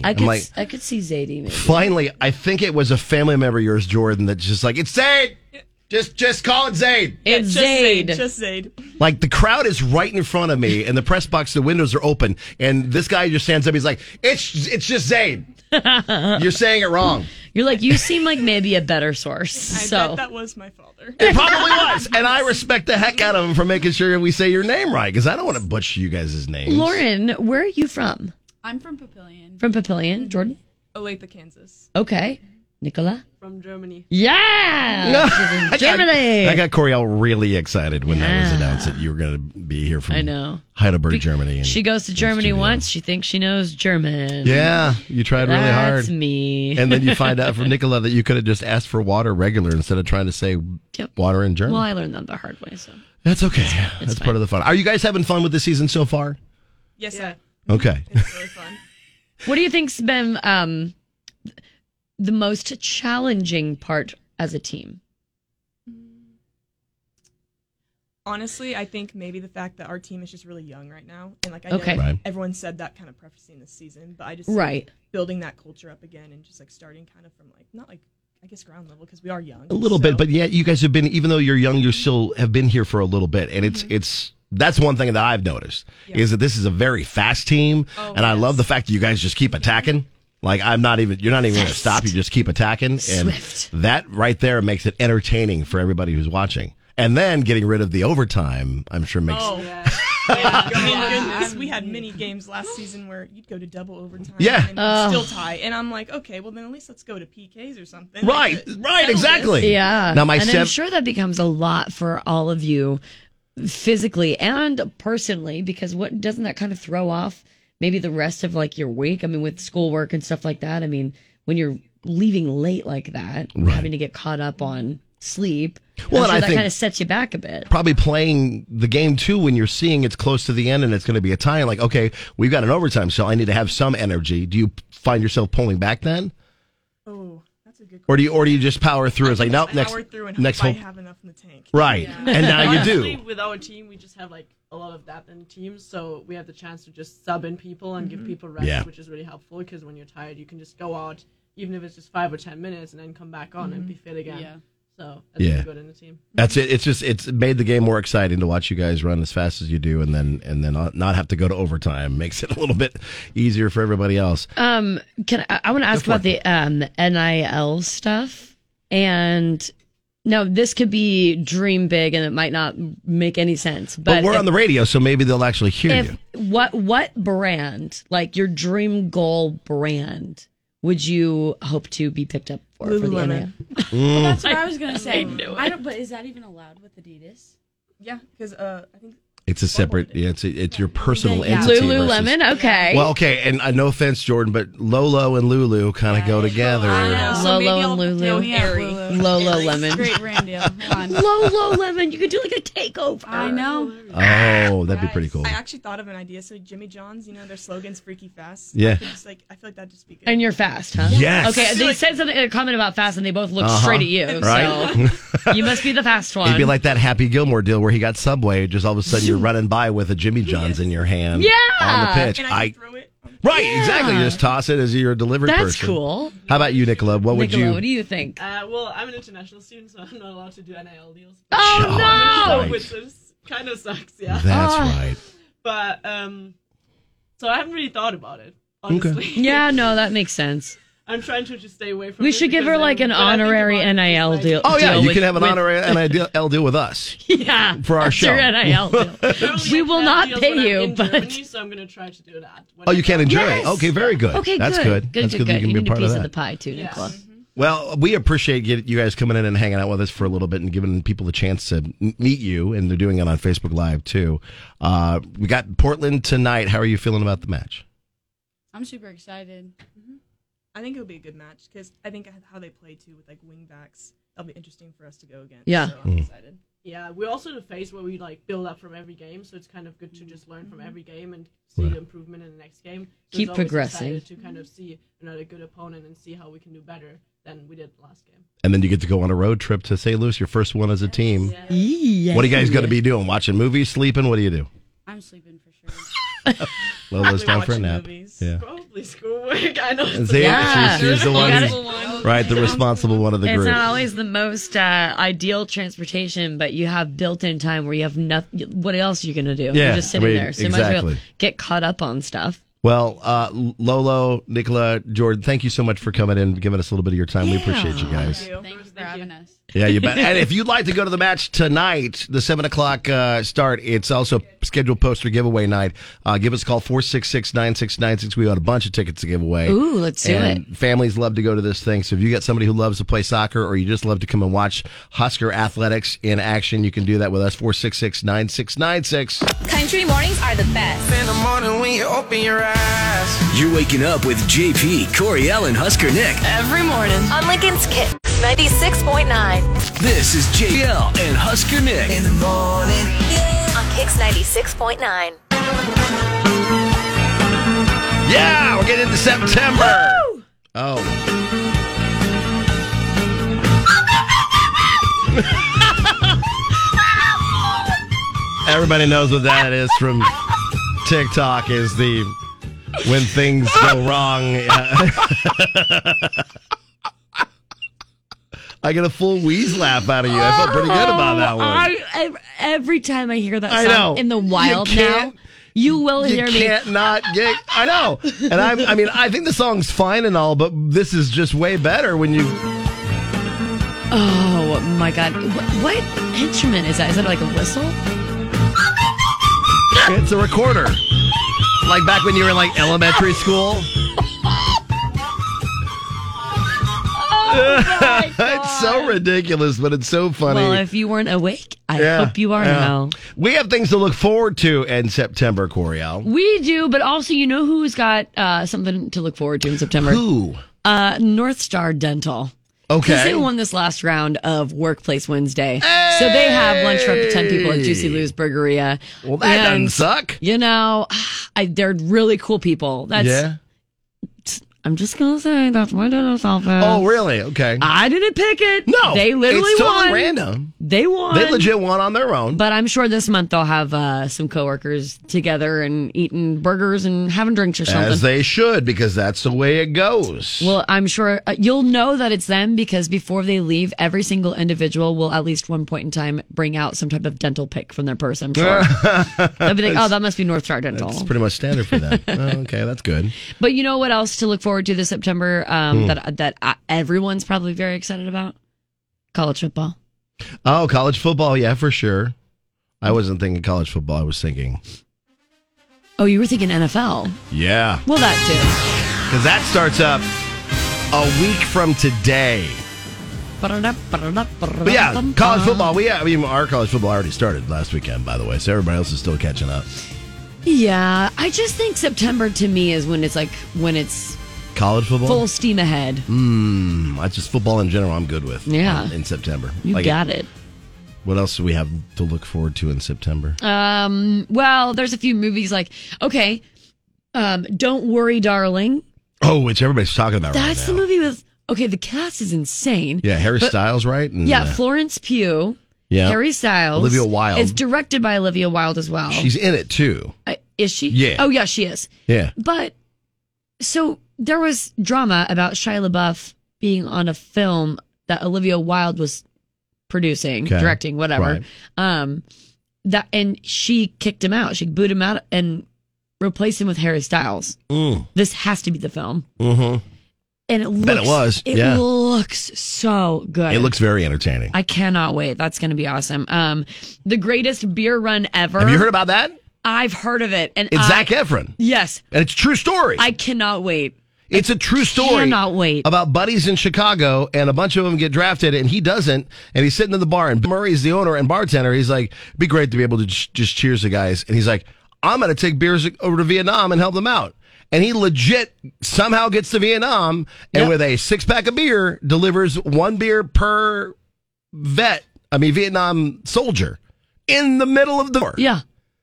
Speaker 8: Mm, I
Speaker 9: I'm
Speaker 8: could,
Speaker 9: like,
Speaker 8: s- I could see Zadie. Maybe.
Speaker 9: finally, I think it was a family member of yours, Jordan, that's just like it's Zaid. Just just call it Zaid.
Speaker 8: It's Zaid.
Speaker 16: Just Zaid.
Speaker 9: Like the crowd is right in front of me, and the press box, the windows are open, and this guy just stands up. He's like, "It's it's just Zaid. You're saying it wrong."
Speaker 8: You're like, you seem like maybe a better source.
Speaker 16: I
Speaker 8: So
Speaker 16: bet that was my father.
Speaker 9: It probably was, and I respect the heck out of him for making sure we say your name right because I don't want to butcher you guys' names.
Speaker 8: Lauren, where are you from?
Speaker 16: I'm from Papillion,
Speaker 8: From Papillion, Jordan?
Speaker 16: Olathe, Kansas.
Speaker 8: Okay. Nicola?
Speaker 16: From Germany.
Speaker 8: Yeah!
Speaker 9: I- I-
Speaker 8: She's in Germany!
Speaker 9: I got Coriel really excited when that was
Speaker 8: Yeah.
Speaker 9: announced that you were going to be here from
Speaker 8: I know.
Speaker 9: Heidelberg,
Speaker 8: Be-
Speaker 9: Germany. and-
Speaker 8: she goes to Germany once. She thinks she knows German.
Speaker 9: Yeah, you tried really hard.
Speaker 8: That's me.
Speaker 9: and then you find out from Nicola that you could have just asked for water regular instead of trying to say water in German.
Speaker 8: Well, I learned that the hard way, so.
Speaker 9: That's okay. That's part of the fun. Are you guys having fun with the season so far?
Speaker 16: Yes, yeah.
Speaker 9: Okay.
Speaker 8: What do you think's been um, the most challenging part as a team?
Speaker 16: Honestly, I think maybe the fact that our team is just really young right now, and like I
Speaker 8: Okay.
Speaker 16: know
Speaker 8: Right.
Speaker 16: everyone said that kind of prefacing this season, but I just
Speaker 8: Right.
Speaker 16: building that culture up again and just like starting kind of from like not like I guess ground level because we are young.
Speaker 9: A little bit, but yet you guys have been, even though you're young, you still have been here for a little bit, and it's it's that's one thing that I've noticed is that this is a very fast team, and I love the fact that you guys just keep attacking. Like I'm not even, you're not even going to stop. You just keep attacking, and
Speaker 8: Swift.
Speaker 9: that right there makes it entertaining for everybody who's watching. And then getting rid of the overtime, I'm sure makes.
Speaker 16: Oh, yeah. I mean, goodness, we had many games last season where you'd go to double overtime
Speaker 9: Yeah.
Speaker 16: and
Speaker 9: Oh.
Speaker 16: still tie. And I'm like, okay, well, then at least let's go to PKs or something.
Speaker 9: Right,
Speaker 16: Like, to settle
Speaker 9: right,
Speaker 16: this.
Speaker 9: exactly.
Speaker 8: Yeah.
Speaker 9: Now my
Speaker 8: and I'm
Speaker 9: sev-
Speaker 8: sure that becomes a lot for all of you physically and personally, because what doesn't that kind of throw off maybe the rest of like your week? I mean, with schoolwork and stuff like that. I mean, when you're leaving late like that, having to get caught up on sleep. Well,
Speaker 9: Well, and I
Speaker 8: that
Speaker 9: think-
Speaker 8: kind of sets you back a bit.
Speaker 9: probably playing the game too when you're seeing it's close to the end and it's going to be a tie. Like, okay, we've got an overtime, so I need to have some energy. Do you find yourself pulling back then,
Speaker 16: Oh, that's a good
Speaker 9: or do you or do you just power through? It's like nope,
Speaker 16: I
Speaker 9: next
Speaker 16: powered through and
Speaker 9: next
Speaker 16: hope I
Speaker 9: home-
Speaker 16: have enough in the tank.
Speaker 9: Right, and now you
Speaker 20: Honestly,
Speaker 9: do.
Speaker 20: With our team, we just have like a lot of depth in teams, so we have the chance to just sub in people and
Speaker 16: Mm-hmm.
Speaker 20: give people rest,
Speaker 9: Yeah.
Speaker 20: which is really helpful because when you're tired, you can just go out, even if it's just five or ten minutes, and then come back on and be fit again.
Speaker 16: Mm-hmm. Yeah.
Speaker 20: So that's
Speaker 9: Yeah.
Speaker 20: pretty good in the team.
Speaker 9: That's it. It's just it's made the game more exciting to watch you guys run as fast as you do, and then and then not- not have to go to overtime makes it a little bit easier for everybody else.
Speaker 8: Um, can I, I want to ask about the um the NIL stuff and. No, this could be dream big, and it might not make any sense.
Speaker 9: But,
Speaker 8: But,
Speaker 9: we're
Speaker 8: if-
Speaker 9: on the radio, so maybe they'll actually hear
Speaker 8: if
Speaker 9: you.
Speaker 8: what what brand, like your dream goal brand, would you hope to be picked up for for the
Speaker 21: Lululemon.
Speaker 8: NIL?
Speaker 9: Mm.
Speaker 21: That's what I was gonna say.
Speaker 16: I knew
Speaker 21: I
Speaker 16: it.
Speaker 21: don't. But is that even allowed with Adidas?
Speaker 16: Yeah, because uh, I think
Speaker 9: It's a separate. Yeah, it's it's your personal
Speaker 8: Yeah.
Speaker 9: entity.
Speaker 8: Lululemon,
Speaker 9: versus-
Speaker 8: okay.
Speaker 9: Well, okay, and uh, no offense, Jordan, but Lolo and Lulu kind of go together.
Speaker 8: Lolo and Lulu,
Speaker 21: yeah,
Speaker 8: Lolo Lemon,
Speaker 21: Great brand deal. Come on.
Speaker 8: Lolo Lemon. You could do like a takeover.
Speaker 21: I know.
Speaker 9: Oh, that'd be pretty cool.
Speaker 16: I actually thought of an idea. So Jimmy John's, you know, their slogan's "Freaky Fast."
Speaker 9: Yeah.
Speaker 16: I could just, like I feel like that'd just be good.
Speaker 8: And you're fast, huh?
Speaker 9: Yes.
Speaker 8: Okay, they said something a comment about fast, and they both looked
Speaker 9: Uh-huh.
Speaker 8: straight at you.
Speaker 9: Right?
Speaker 8: So you must be the fast one.
Speaker 9: It'd be like that Happy Gilmore deal where he got Subway. Just all of a sudden, you're running by with a Jimmy John's in your hand.
Speaker 8: Yeah.
Speaker 9: on the pitch.
Speaker 8: And
Speaker 9: I, right, exactly.
Speaker 8: Yeah.
Speaker 9: Just toss it as you're a delivery
Speaker 8: That's
Speaker 9: person.
Speaker 8: cool.
Speaker 9: How about you, Nicola? What would
Speaker 8: Nicola,
Speaker 9: you?
Speaker 8: what do you think?
Speaker 20: Uh, well, I'm an international student, so I'm not allowed to do NIL deals.
Speaker 8: Oh,
Speaker 9: Oh, no! right.
Speaker 20: Which is kind of sucks, yeah.
Speaker 9: That's Ah. right.
Speaker 20: But um, so I haven't really thought about it. Honestly,
Speaker 8: yeah, no, that makes sense.
Speaker 20: I'm trying to just stay away from.
Speaker 8: We
Speaker 20: it
Speaker 8: should give
Speaker 20: because
Speaker 8: her like
Speaker 20: then-
Speaker 8: an
Speaker 20: but I think
Speaker 8: honorary NIL deal.
Speaker 9: Oh yeah,
Speaker 8: deal
Speaker 9: you
Speaker 8: with-
Speaker 9: can have an
Speaker 8: with-
Speaker 9: honorary and I'll deal with us.
Speaker 8: yeah,
Speaker 9: for our
Speaker 8: that's your
Speaker 9: show.
Speaker 8: NIL deal. we will not
Speaker 20: deals when I'm
Speaker 8: pay you,
Speaker 20: in
Speaker 8: but
Speaker 20: Germany, so I'm gonna try to do that.
Speaker 9: Oh, you can enjoy it. Okay, very good.
Speaker 8: Okay,
Speaker 9: That's
Speaker 8: good.
Speaker 9: good. That's good that you can be
Speaker 8: need
Speaker 9: part
Speaker 8: a
Speaker 9: of
Speaker 8: piece of,
Speaker 9: that.
Speaker 8: the pie too, Mm-hmm. Nicola.
Speaker 9: Well, we appreciate get- you guys coming in and hanging out with us for a little bit and giving people the chance to m- meet you, and they're doing it on Facebook Live too. Uh, we got Portland tonight. How are you feeling about the match?
Speaker 21: I'm super excited.
Speaker 16: Mm-hmm. I think it'll be a good match because I think how they play too with like wing backs, that'll be interesting for us to go against.
Speaker 8: Yeah.
Speaker 16: so
Speaker 9: Hmm.
Speaker 16: I'm
Speaker 8: Mm.
Speaker 16: excited.
Speaker 20: Yeah, we're also in a phase where we like build up from every game, so it's kind of good to just learn from every game and see the improvement in the next game. So it's
Speaker 8: Keep
Speaker 20: always
Speaker 8: progressing.
Speaker 20: exciting to kind of see another good opponent and see how we can do better than we did last game.
Speaker 9: And then you get to go on a road trip to St. Louis, your first one as a team. What are you guys going to be doing? Watching movies, sleeping? What do you do?
Speaker 21: I'm sleeping for sure.
Speaker 9: Lolo's
Speaker 21: Probably
Speaker 9: down for a
Speaker 21: watching
Speaker 9: nap.
Speaker 21: movies.
Speaker 9: Yeah.
Speaker 20: Probably schoolwork. I know.
Speaker 9: See, she's, she's the
Speaker 8: You
Speaker 9: one,
Speaker 8: got
Speaker 9: who's-
Speaker 8: it.
Speaker 9: right? The responsible one of the
Speaker 8: It's
Speaker 9: group.
Speaker 8: not always the most uh, ideal transportation, but you have built-in time where you have nothing. What else are you gonna do?
Speaker 9: Yeah,
Speaker 8: You're just sitting
Speaker 9: I mean,
Speaker 8: there, so you might as well
Speaker 9: exactly.
Speaker 8: get caught up on stuff.
Speaker 9: Well, uh, Lolo, Nicola, Jordan, thank you so much for coming in, giving us a little bit of your time. We appreciate you guys.
Speaker 21: Thanks for having us.
Speaker 9: Yeah, you bet. and if you'd like to go to the match tonight, the 7 o'clock uh, start, it's also scheduled poster giveaway night. Uh, give us a call, 466 9696. We got a bunch of tickets to give away.
Speaker 8: Ooh, let's do
Speaker 9: And Families love to go to this thing. So if you got somebody who loves to play soccer or you just love to come and watch Husker athletics in action, you can do that with us, 466 9696.
Speaker 1: Country mornings are the best.
Speaker 2: In the morning when you open your eyes.
Speaker 4: You're waking up with JP, Coriel, and Husker Nick.
Speaker 1: Every morning. On Lincoln's Kicks 96.9.
Speaker 4: This is JL and Husker Nick. In the morning.
Speaker 1: On Kicks 96.9.
Speaker 9: Yeah, we're getting into September. Oh, everybody knows what that is from TikTok is the when things go wrong. I get a full wheeze laugh out of you. I felt pretty good about that one.
Speaker 8: I, ev- every time I hear that
Speaker 9: I know.
Speaker 8: song in the
Speaker 9: You
Speaker 8: wild now,
Speaker 9: can't-
Speaker 8: you will
Speaker 9: you
Speaker 8: hear me.
Speaker 9: can't not get. I know, and I, I mean, I think the song's fine and all, but this is just way better when you.
Speaker 8: Oh my god! Wh- What, what instrument is that? Is that like a whistle?
Speaker 9: It's a recorder, like back when you were in like
Speaker 8: Oh
Speaker 9: elementary school. it's so ridiculous, but it's so funny.
Speaker 8: Well, if you weren't awake, I
Speaker 9: Yeah,
Speaker 8: hope you are
Speaker 9: yeah.
Speaker 8: now.
Speaker 9: We have things to look forward to in September, Coriel.
Speaker 8: We do, but also, you know who's got uh, something to look forward to in September?
Speaker 9: Who?
Speaker 8: Uh, North Star Dental.
Speaker 9: Okay.
Speaker 8: 'Cause they won this last round of Workplace Wednesday. So they have lunch for up to 10 people at Juicy Lou's Burgeria.
Speaker 9: Well, that doesn't suck.
Speaker 8: You know, I, they're really cool people. That's,
Speaker 9: yeah.
Speaker 8: I'm just gonna say that's my dinosaur face.
Speaker 9: Oh, really? Okay.
Speaker 8: I didn't pick it.
Speaker 9: No,
Speaker 8: they literally
Speaker 9: it's totally
Speaker 8: won.
Speaker 9: random.
Speaker 8: They won.
Speaker 9: They legit won on their own.
Speaker 8: But I'm sure this month they'll have uh, some coworkers together and eating burgers and having drinks or something.
Speaker 9: As they should, because that's the way it goes.
Speaker 8: well, I'm sure uh, you'll know that it's them because before they leave, every single individual will at least one point in time bring out some type of dental pick from their purse. I'm sure. They'll be like, oh, that must be North Star Dental.
Speaker 9: It's pretty much standard for them. Oh, okay, that's good.
Speaker 8: But you know what else to look forward to this September um,
Speaker 9: Hmm.
Speaker 8: that that uh, everyone's probably very excited about? College football.
Speaker 9: Oh, college football, yeah, for sure. I wasn't thinking college football. I was thinking,
Speaker 8: Oh, you were thinking NFL.
Speaker 9: yeah,
Speaker 8: Well, that too.
Speaker 9: because that starts up a week from today. But yeah, college football. We I mean, our college football already started last weekend, by the way, so everybody else is still catching up.
Speaker 8: Yeah, I just think September to me is when it's like when it's
Speaker 9: College football.
Speaker 8: full steam ahead.
Speaker 9: Mm, that's just football in general. I'm good with.
Speaker 8: Yeah.
Speaker 9: um, in September,
Speaker 8: You
Speaker 9: Like,
Speaker 8: got it.
Speaker 9: What else do we have to look forward to in September?
Speaker 8: Um, well, there's a few movies like okay, um, Don't Worry, Darling.
Speaker 9: Oh, which everybody's talking about right
Speaker 8: That's the movie with okay. The cast is insane.
Speaker 9: Yeah, Harry
Speaker 8: But-
Speaker 9: Styles, right? And,
Speaker 8: Yeah,
Speaker 9: uh,
Speaker 8: Florence Pugh.
Speaker 9: Yeah.
Speaker 8: Harry Styles.
Speaker 9: Olivia Wilde.
Speaker 8: It's directed by Olivia Wilde as well.
Speaker 9: she's in it too.
Speaker 8: Uh, is she?
Speaker 9: Yeah.
Speaker 8: Oh yeah, she is.
Speaker 9: Yeah.
Speaker 8: But so there was drama about Shia LaBeouf being on a film that Olivia Wilde was producing,
Speaker 22: Okay.
Speaker 8: directing, whatever.
Speaker 22: Right.
Speaker 8: Um, that and she kicked him out. She booed him out and replaced him with Harry Styles.
Speaker 9: Mm.
Speaker 8: This has to be the film.
Speaker 9: Mm-hmm.
Speaker 8: And it looks,
Speaker 9: Bet it was, yeah.
Speaker 8: looks so good.
Speaker 9: It looks very entertaining.
Speaker 8: I cannot wait. That's going to be awesome. Um, the greatest beer run ever.
Speaker 9: Have you heard about that?
Speaker 8: I've heard of it, and
Speaker 9: It's
Speaker 8: I-
Speaker 9: Zac Efron.
Speaker 8: Yes,
Speaker 9: And it's a true story.
Speaker 8: I cannot wait.
Speaker 9: It's a true story.
Speaker 8: Cannot wait.
Speaker 9: About buddies in Chicago, and a bunch of them get drafted, and he doesn't. And he's sitting in the bar, and Murray's the owner and bartender. He's like, "It'd be great to be able to j- just cheers the guys." And he's like, "I'm going to take beers over to Vietnam and help them out." And he legit somehow gets to Vietnam, and with a six pack of beer, delivers one beer per vet. I mean, Vietnam soldier in the middle of the war.
Speaker 8: Yeah,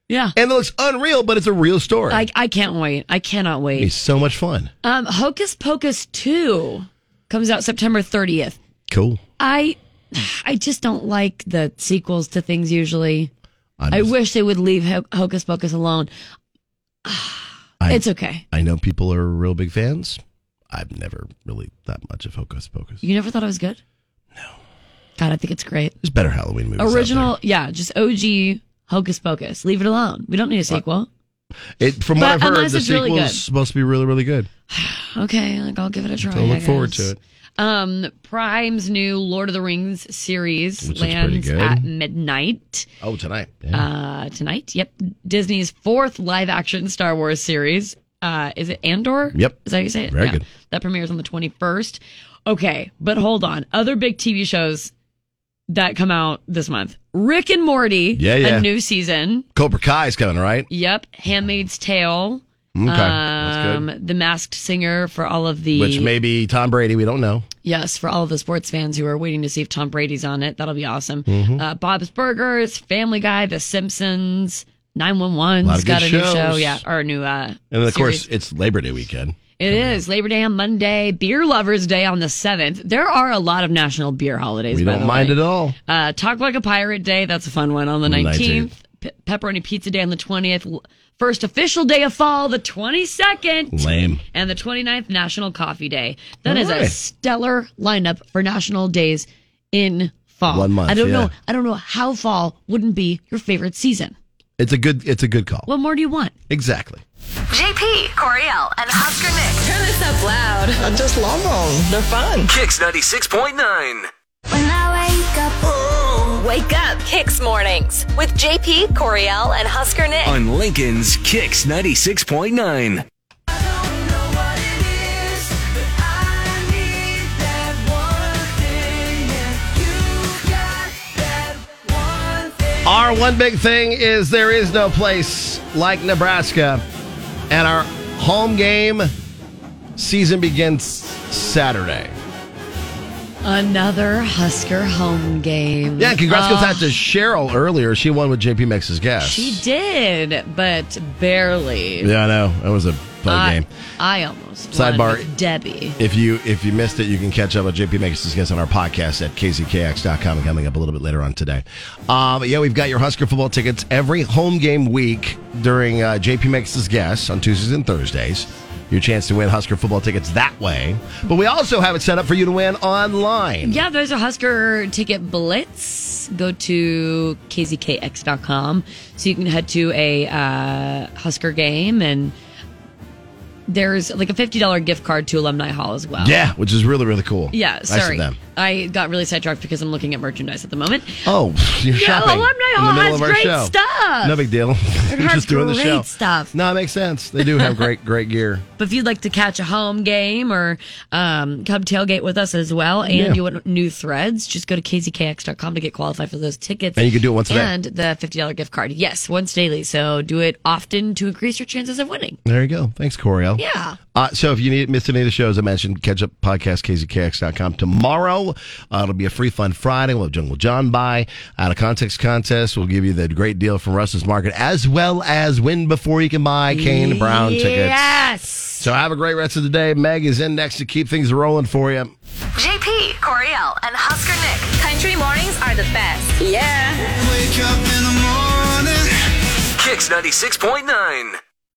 Speaker 8: yeah.
Speaker 9: And it looks unreal, but it's a real story.
Speaker 8: I, I can't wait. I cannot
Speaker 9: it's
Speaker 8: wait.
Speaker 9: so much fun.
Speaker 8: Um, Hocus Pocus two comes out September thirtieth.
Speaker 9: Cool.
Speaker 8: I I just don't like the sequels to things usually.
Speaker 9: I'm
Speaker 8: I wish they would leave Ho- Hocus Pocus alone.
Speaker 9: I-
Speaker 8: it's okay.
Speaker 9: I know people are real big fans. I've never really that much of Hocus Pocus.
Speaker 8: You never thought it was good? No. God, I think it's great.
Speaker 9: There's better Halloween movies. out
Speaker 8: Original, yeah, just OG Hocus Pocus. Leave it alone. We don't need a sequel.
Speaker 9: there. It, from what
Speaker 8: But
Speaker 9: I've heard,
Speaker 8: unless
Speaker 9: the
Speaker 8: it's really
Speaker 9: sequel's
Speaker 8: good.
Speaker 9: supposed to be really, really good.
Speaker 8: Okay, like I'll give it a try.
Speaker 9: so
Speaker 8: I
Speaker 9: look forward
Speaker 8: guess.
Speaker 9: to it.
Speaker 8: Um, Prime's new Lord of the Rings series
Speaker 9: Which looks pretty
Speaker 8: lands
Speaker 9: good.
Speaker 8: at midnight
Speaker 9: Oh, tonight.
Speaker 8: uh, tonight. Yep, Disney's fourth live-action Star Wars series. Uh, is it Andor?
Speaker 9: Yep.
Speaker 8: Is that how you say it?
Speaker 9: Very good.
Speaker 8: That premieres on the twenty-first. Okay, but hold on. Other big TV shows that come out this month: Rick and Morty.
Speaker 9: Yeah, yeah.
Speaker 8: A new season.
Speaker 9: Cobra Kai's coming, right?
Speaker 8: Yep. Handmaid's Tale. Um,
Speaker 9: Okay, that's good.
Speaker 8: The Masked Singer for all of the
Speaker 9: Which may be Tom Brady. We don't know.
Speaker 8: Yes, for all of the sports fans who are waiting to see if Tom Brady's on it, that'll be awesome.
Speaker 9: Mhm.
Speaker 8: Uh, Bob's Burgers, Family Guy, The Simpsons,
Speaker 9: Lot
Speaker 8: 911's
Speaker 9: of
Speaker 8: got a
Speaker 9: good
Speaker 8: new show,
Speaker 9: shows.
Speaker 8: yeah, or a new. Uh,
Speaker 9: And of course,
Speaker 8: series.
Speaker 9: it's Labor Day weekend.
Speaker 8: it is Labor Day on Monday, Beer Lovers Day on the seventh. There are a lot of national beer holidays.
Speaker 9: We
Speaker 8: by
Speaker 9: don't
Speaker 8: the
Speaker 9: mind
Speaker 8: way.
Speaker 9: at all.
Speaker 8: Uh, Talk Like a Pirate Day, that's a fun one on the
Speaker 9: On the
Speaker 8: 19th. Pe- Pepperoni Pizza Day on the 20th. L- First official day of fall, the 22nd.
Speaker 9: Lame.
Speaker 8: And the 29th, National Coffee Day. That is a
Speaker 9: Alright.
Speaker 8: stellar lineup for national days in fall.
Speaker 9: One month,
Speaker 8: I don't know.
Speaker 9: yeah.
Speaker 8: I don't know how fall wouldn't be your favorite season.
Speaker 9: It's a good. It's a good call.
Speaker 8: What more do you want?
Speaker 9: Exactly.
Speaker 1: JP, Coriel, and Husker Nick. Turn this up loud.
Speaker 4: I just love them. They're fun. Kicks 96.9.
Speaker 1: When I wake up. Wake up. Kicks Mornings with JP, Coriel, and Husker Nick.
Speaker 4: On Lincoln's Kicks 96.9.
Speaker 9: Our one big thing is there is no place like Nebraska, and our home game season begins Saturday.
Speaker 8: Another Husker home game.
Speaker 9: Yeah, congrats goes
Speaker 8: Oh,
Speaker 9: out to Cheryl earlier. She won with JP Mex's guess.
Speaker 8: She did, but barely.
Speaker 9: yeah, I know. That was a fun
Speaker 8: I,
Speaker 9: game.
Speaker 8: I almost
Speaker 9: Sidebar.
Speaker 8: won with Debbie.
Speaker 9: If you if you missed it, you can catch up on JP Mex's guess on our podcast at kzkx.com and coming up a little bit later on today. Um, yeah, we've got your Husker football tickets every home game week during uh, JP Mex's guess on Tuesdays and Thursdays. Your chance to win Husker football tickets that way. But we also have it set up for you to win online.
Speaker 8: Yeah, there's a Husker ticket blitz. Go to kzkx.com so you can head to a uh, Husker game and there's like a $50 gift card to Alumni Hall as well.
Speaker 9: Yeah, which is really really cool.
Speaker 8: Yeah,
Speaker 9: Nice of
Speaker 8: sorry.
Speaker 9: them.
Speaker 8: I got really sidetracked because I'm looking at merchandise at the moment.
Speaker 9: Oh, you're
Speaker 8: Yeah,
Speaker 9: shopping
Speaker 8: Alumni
Speaker 9: in
Speaker 8: Hall
Speaker 9: the middle
Speaker 8: has
Speaker 9: of our
Speaker 8: great
Speaker 9: show.
Speaker 8: stuff.
Speaker 9: No big deal.
Speaker 8: It
Speaker 9: We're
Speaker 8: has
Speaker 9: just doing the
Speaker 8: great
Speaker 9: show.
Speaker 8: stuff.
Speaker 9: No, it makes sense. They do have great great gear.
Speaker 8: But if you'd like to catch a home game or um, come tailgate with us as well, and
Speaker 9: Yeah.
Speaker 8: you want new threads, just go to kzkx.com to get qualified for those tickets.
Speaker 9: And you can do it once a day.
Speaker 8: And the $50 gift card. Yes, once daily. So do it often to increase your chances of winning.
Speaker 9: There you go. Thanks, Coriel.
Speaker 8: Yeah.
Speaker 9: Uh, so if you need, missed any of the shows I mentioned, catch up podcast kzkx.com tomorrow. Uh, it'll be a free fun Friday. We'll have Jungle John by out of context contest. We'll give you the great deal from Russ's Market as well as win before you can buy Kane Brown tickets.
Speaker 1: Yes.
Speaker 9: So have a great rest of the day. Meg is in next to keep things rolling for you.
Speaker 1: JP, Coriel, and Husker Nick. Country mornings are the best. Yeah.
Speaker 4: Kicks 96.9.